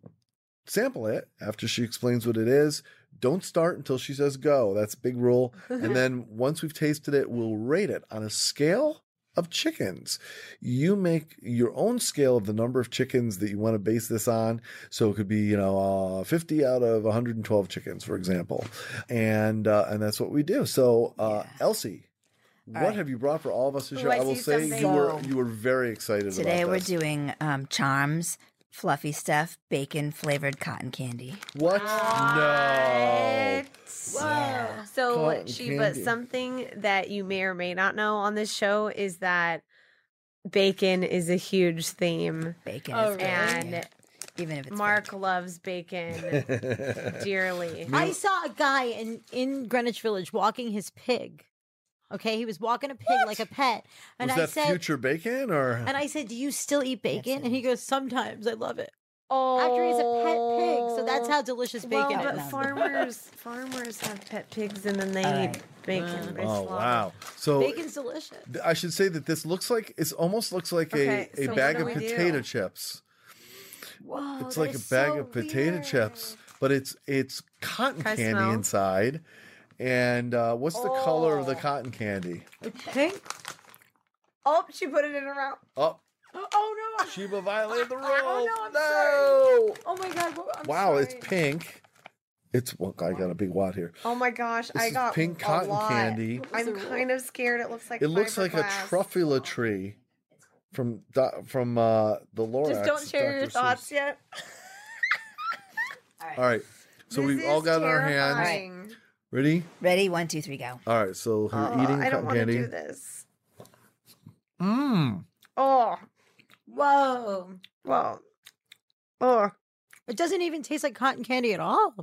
Speaker 4: sample it after she explains what it is. Don't start until she says go. That's a big rule. And
Speaker 6: <laughs>
Speaker 4: then once we've tasted it, we'll rate it on a scale of chickens. You make your own scale of the number of chickens that you want to base this on. So it could be, you know, uh, 50 out of 112 chickens, for example. And uh, and that's what we do. So, uh, Elsie, What
Speaker 6: right.
Speaker 4: have you brought for all of us this
Speaker 5: Ooh,
Speaker 4: year?
Speaker 5: I
Speaker 4: I, will
Speaker 5: see
Speaker 4: say you
Speaker 5: something.
Speaker 4: were
Speaker 6: So-
Speaker 4: you were very excited
Speaker 6: Today
Speaker 4: about
Speaker 6: we're
Speaker 4: this.
Speaker 6: doing um, charms, fluffy stuff, bacon flavored cotton candy.
Speaker 4: What? No.
Speaker 6: Yeah.
Speaker 5: So,
Speaker 4: Cotton
Speaker 5: she, but
Speaker 4: candy.
Speaker 5: something that you may or may not know on this show is that bacon is a huge theme.
Speaker 6: Bacon
Speaker 3: Oh,
Speaker 6: is good.
Speaker 5: And
Speaker 6: yeah. even if it's
Speaker 5: Mark
Speaker 6: good.
Speaker 4: <laughs>
Speaker 5: loves bacon dearly.
Speaker 4: Yeah.
Speaker 7: I saw a guy in in Greenwich Village walking his pig. Okay, he was walking a pig like a pet, and
Speaker 4: Was
Speaker 7: I
Speaker 4: that
Speaker 7: said,
Speaker 4: future bacon or?
Speaker 7: and I said, "Do you still eat bacon?" And he goes, "Sometimes I love it." Oh.
Speaker 5: Oh,
Speaker 7: After he's a pet pig, so that's how delicious
Speaker 5: Well,
Speaker 7: bacon
Speaker 5: but
Speaker 7: is.
Speaker 5: farmers farmers have pet pigs and then they
Speaker 6: All
Speaker 5: eat bacon.
Speaker 4: oh wow! So
Speaker 7: Bacon's delicious.
Speaker 4: th- I should say that this looks like it's almost looks like
Speaker 5: Okay,
Speaker 4: a, a
Speaker 5: so what
Speaker 4: bag
Speaker 5: do Oh,
Speaker 4: of
Speaker 5: we do?
Speaker 4: potato chips.
Speaker 5: Whoa,
Speaker 4: it's like a bag of potato chips, but it's it's cotton
Speaker 5: Can I
Speaker 4: candy
Speaker 5: smell?
Speaker 4: inside. And uh, what's the color
Speaker 5: Oh.
Speaker 4: of the cotton candy?
Speaker 5: Pink. Oh, she put it in her mouth.
Speaker 4: Oh,
Speaker 5: Oh no!
Speaker 4: Sheba violated the rules.
Speaker 5: Oh, no, I'm
Speaker 4: no!
Speaker 5: Oh my god! what- I'm
Speaker 4: wow, it's
Speaker 5: sorry.
Speaker 4: pink. It's well, I got a big wad here.
Speaker 5: Oh my gosh! I
Speaker 4: is
Speaker 5: got
Speaker 4: pink
Speaker 5: a
Speaker 4: cotton
Speaker 5: lot.
Speaker 4: candy.
Speaker 5: I'm kind of scared. It looks like
Speaker 4: It looks like a
Speaker 5: fiberglass.
Speaker 4: truffula tree from Do- from uh, the Lorax.
Speaker 5: Just don't share
Speaker 4: Dr.
Speaker 5: your
Speaker 4: Seuss.
Speaker 5: thoughts yet.
Speaker 4: All right. So
Speaker 5: This
Speaker 4: we've all
Speaker 5: is
Speaker 4: got in our hands.
Speaker 5: terrifying.
Speaker 4: Ready?
Speaker 6: Ready? One, two, three, go.
Speaker 4: All right. So her
Speaker 5: Oh,
Speaker 4: eating
Speaker 5: I don't
Speaker 4: cotton
Speaker 5: want to
Speaker 4: candy.
Speaker 5: do this. Mmm. Oh. Whoa. Whoa. Oh.
Speaker 7: It doesn't even taste like cotton candy at all.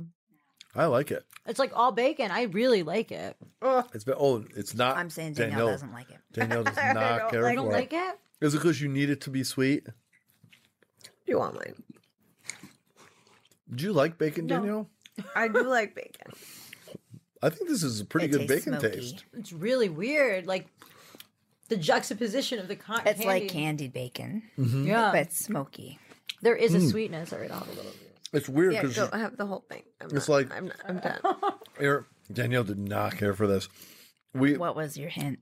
Speaker 4: I like it.
Speaker 7: It's like all bacon. I really like it.
Speaker 5: Oh.
Speaker 4: It's been, oh, it's not.
Speaker 6: I'm saying Danielle
Speaker 4: Danielle
Speaker 6: doesn't like it.
Speaker 4: Danielle does
Speaker 5: <laughs> I
Speaker 4: not
Speaker 5: don't
Speaker 4: care
Speaker 5: like
Speaker 7: You don't
Speaker 4: for
Speaker 7: like
Speaker 4: it.
Speaker 7: it?
Speaker 4: Is it because you need it to be sweet?
Speaker 5: You want mine?
Speaker 4: Do you like bacon, Danielle? <laughs>
Speaker 5: I do like bacon.
Speaker 4: I think this is a pretty
Speaker 6: It
Speaker 4: good
Speaker 6: tastes
Speaker 4: bacon
Speaker 6: smoky.
Speaker 4: taste.
Speaker 7: It's really weird. Like the juxtaposition of the cotton
Speaker 6: It's
Speaker 7: candy.
Speaker 6: like candied bacon,
Speaker 7: Yeah.
Speaker 6: but it's smoky.
Speaker 7: there is a
Speaker 4: Hmm.
Speaker 7: sweetness. All right, I'll have a little.
Speaker 4: It's weird
Speaker 5: Yeah,
Speaker 4: because
Speaker 5: don't have the whole thing. I'm
Speaker 4: It's
Speaker 5: not-
Speaker 4: like-
Speaker 5: I'm, not,
Speaker 4: <laughs>
Speaker 5: I'm done.
Speaker 4: Eric- Danielle did not care for this. We
Speaker 6: What was your hint?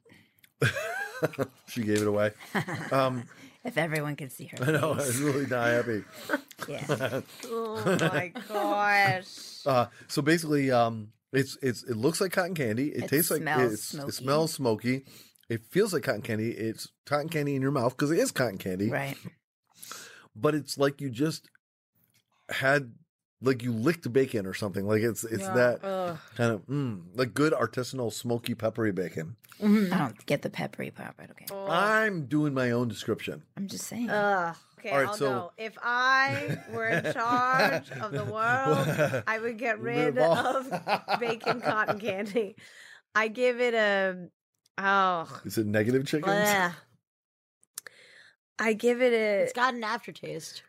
Speaker 4: she gave it away. <laughs>
Speaker 6: If everyone could see her.
Speaker 4: I know. I was really
Speaker 5: <laughs>
Speaker 4: not happy. <laughs>
Speaker 6: Yeah.
Speaker 5: <laughs> Oh my gosh.
Speaker 4: Uh, so basically, um, it's it's it looks like cotton candy. It,
Speaker 6: It
Speaker 4: tastes like
Speaker 6: smells
Speaker 4: it's, it
Speaker 6: smoky.
Speaker 4: smells smoky. It feels like cotton candy. It's cotton candy in your mouth because it is cotton candy.
Speaker 6: right.
Speaker 4: But it's like you just had like you licked bacon or something. Like it's it's that kind of mm, like good artisanal smoky peppery bacon.
Speaker 6: I don't get the peppery part, but okay.
Speaker 4: I'm doing my own description.
Speaker 6: I'm just saying.
Speaker 5: Ugh. Okay,
Speaker 4: All right,
Speaker 5: I'll
Speaker 4: so-
Speaker 5: go. If
Speaker 4: <laughs>
Speaker 5: I were in charge of the world, I would get rid
Speaker 4: Revolve. <laughs>
Speaker 5: of bacon cotton candy. I give it a oh.
Speaker 4: Is it negative chickens?
Speaker 5: bleh. I give it a
Speaker 7: It's got an aftertaste.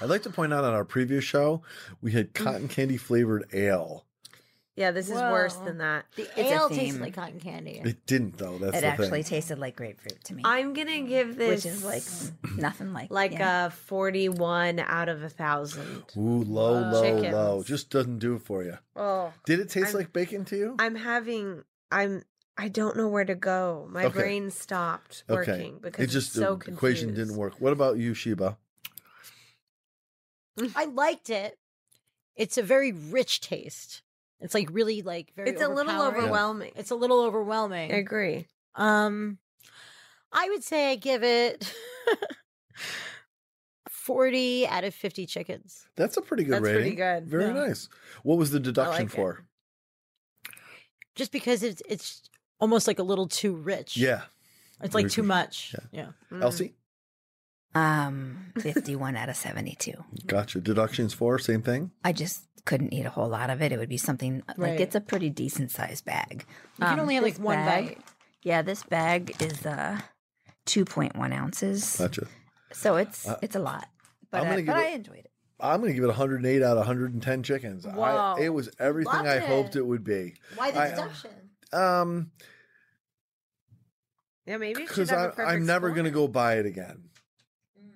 Speaker 4: I'd like to point out on our previous show we had
Speaker 5: Mm.
Speaker 4: cotton candy flavored ale.
Speaker 5: yeah. This is worse
Speaker 7: Whoa.
Speaker 5: than that.
Speaker 7: The
Speaker 6: a
Speaker 7: ale tastes
Speaker 6: theme.
Speaker 7: like cotton candy.
Speaker 4: It didn't though. That's
Speaker 6: it
Speaker 4: the
Speaker 6: actually
Speaker 4: thing.
Speaker 6: tasted like grapefruit to me,
Speaker 5: I'm gonna give this
Speaker 6: which is like
Speaker 4: <laughs>
Speaker 6: mm, nothing like
Speaker 5: like uh,
Speaker 6: yeah.
Speaker 5: a 41 out of a thousand.
Speaker 4: Ooh, low, low,
Speaker 5: Chickens.
Speaker 4: low. Just doesn't do it for you.
Speaker 5: Oh,
Speaker 4: Did it taste
Speaker 5: I'm-
Speaker 4: like bacon to you?
Speaker 5: I'm having I'm I don't know where to go. My
Speaker 4: Okay.
Speaker 5: brain stopped working because
Speaker 4: it
Speaker 5: it's
Speaker 4: just
Speaker 5: so
Speaker 4: the equation didn't
Speaker 5: confused.
Speaker 4: work. What about you, Sheba?
Speaker 7: <laughs> I liked it. It's a very rich taste. It's like really like very.
Speaker 5: It's a little
Speaker 7: overpowering.
Speaker 5: overwhelming.
Speaker 7: It's a little
Speaker 5: I
Speaker 7: overwhelming.
Speaker 5: agree.
Speaker 7: Um, I would say I give it <laughs> forty out of fifty chickens.
Speaker 4: That's a pretty good
Speaker 5: That's
Speaker 4: rating.
Speaker 5: pretty good.
Speaker 4: Very
Speaker 5: Yeah.
Speaker 4: nice. What was the deduction
Speaker 5: like it.
Speaker 4: for?
Speaker 7: Just because it's it's almost like a little too rich.
Speaker 4: Yeah,
Speaker 7: it's like
Speaker 4: very
Speaker 7: too
Speaker 4: rich.
Speaker 7: much. Yeah.
Speaker 5: Mm.
Speaker 4: Elsie,
Speaker 6: um 51 out of 72.
Speaker 4: gotcha. Deductions for same thing.
Speaker 6: I just couldn't eat a whole lot of it. It would be something
Speaker 7: Right.
Speaker 6: like it's a pretty decent sized bag.
Speaker 7: You can only have
Speaker 6: Um, this
Speaker 7: like one
Speaker 6: bag-
Speaker 7: bite.
Speaker 6: Yeah, this bag is uh 2.1 ounces,
Speaker 4: Gotcha. so
Speaker 6: so it's it's a lot, but,
Speaker 4: I'm
Speaker 6: I,
Speaker 4: gonna give
Speaker 6: but I
Speaker 4: it-
Speaker 6: enjoyed it.
Speaker 4: I'm going to give it 108 out of 110 chickens.
Speaker 5: Wow.
Speaker 4: I, it was everything
Speaker 7: Loved
Speaker 4: I
Speaker 7: it.
Speaker 4: hoped it would be.
Speaker 7: Why the
Speaker 4: I- uh,
Speaker 7: deduction?
Speaker 4: Um,
Speaker 5: Yeah, maybe it should
Speaker 4: because
Speaker 5: have a perfect
Speaker 4: I'm never
Speaker 5: score. Mm.
Speaker 4: going to go buy it again.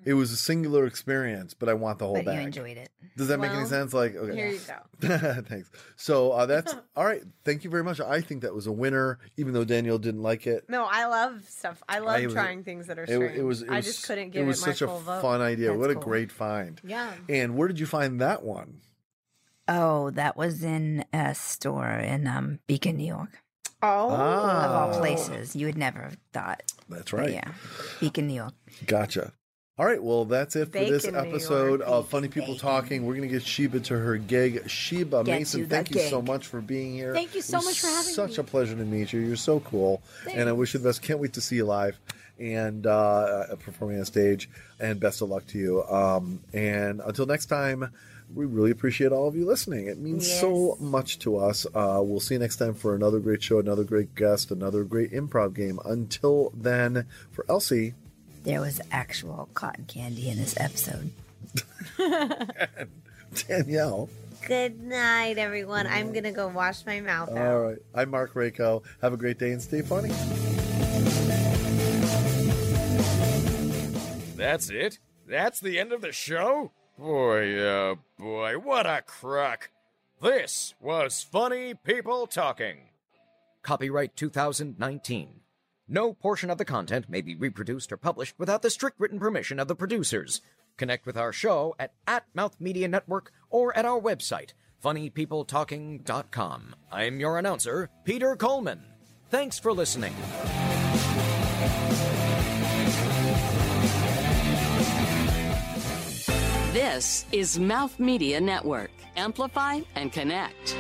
Speaker 4: It was a singular experience, but I want the whole
Speaker 6: But
Speaker 4: bag.
Speaker 6: you enjoyed it.
Speaker 4: Does that make any
Speaker 5: Well,
Speaker 4: sense? Like, okay. <laughs>
Speaker 5: Here you go.
Speaker 4: Thanks. So uh,
Speaker 5: <laughs>
Speaker 4: that's all right. Thank you very much. I think that was a winner, even though Daniel didn't like it.
Speaker 5: No, I love stuff. I love
Speaker 4: I was-
Speaker 5: trying things that are
Speaker 4: It,
Speaker 5: strange.
Speaker 4: it was. It
Speaker 5: I
Speaker 4: was-
Speaker 5: just couldn't give
Speaker 4: it
Speaker 5: it,
Speaker 4: was
Speaker 5: my
Speaker 4: such a
Speaker 5: full vote.
Speaker 4: fun idea.
Speaker 6: That's
Speaker 4: what a
Speaker 6: cool.
Speaker 4: great find.
Speaker 7: Yeah.
Speaker 4: And where did you find that one?
Speaker 6: Oh, that was in a store in um Beacon, New York.
Speaker 5: Oh,
Speaker 6: of all
Speaker 4: Ah.
Speaker 6: places. You would never have thought.
Speaker 4: That's
Speaker 6: But
Speaker 4: right.
Speaker 6: yeah. Beacon, New York.
Speaker 4: Gotcha. All right, well, that's it for this
Speaker 5: Bacon, New
Speaker 4: episode
Speaker 5: York.
Speaker 4: of Funny People
Speaker 6: Bacon.
Speaker 4: Talking. We're going to get Sheba to her gig. Sheba
Speaker 6: Get
Speaker 4: Mason,
Speaker 6: to the
Speaker 4: thank you so
Speaker 6: gig.
Speaker 4: much for being here.
Speaker 7: Thank you
Speaker 4: It
Speaker 7: so
Speaker 4: was
Speaker 7: much for having
Speaker 4: such
Speaker 7: me.
Speaker 4: a pleasure to meet you. You're so cool. And I wish you the best. Can't wait to see you live and uh, performing on stage. And best of luck to you. Um, and until next time, we really appreciate all of you listening. It means so much to us. Uh, we'll see you next time for another great show, another great guest, another great improv game. Until then, for Elsie.
Speaker 6: There was actual cotton candy in this episode.
Speaker 4: Danielle.
Speaker 5: good night, everyone. I'm gonna go wash my mouth out.
Speaker 4: All right. I'm Mark Rako. Have a great day and stay funny.
Speaker 2: That's it? That's the end of the show? Boy, oh boy, what a crock. This was Funny People Talking. Copyright 2019. No portion of the content may be reproduced or published without the strict written permission of the producers. Connect with our show at, at Mouth Media Network or at our website, funnypeopletalking.com. I'm your announcer, Peter Coleman. Thanks for listening.
Speaker 1: This is Mouth Media Network. Amplify and connect.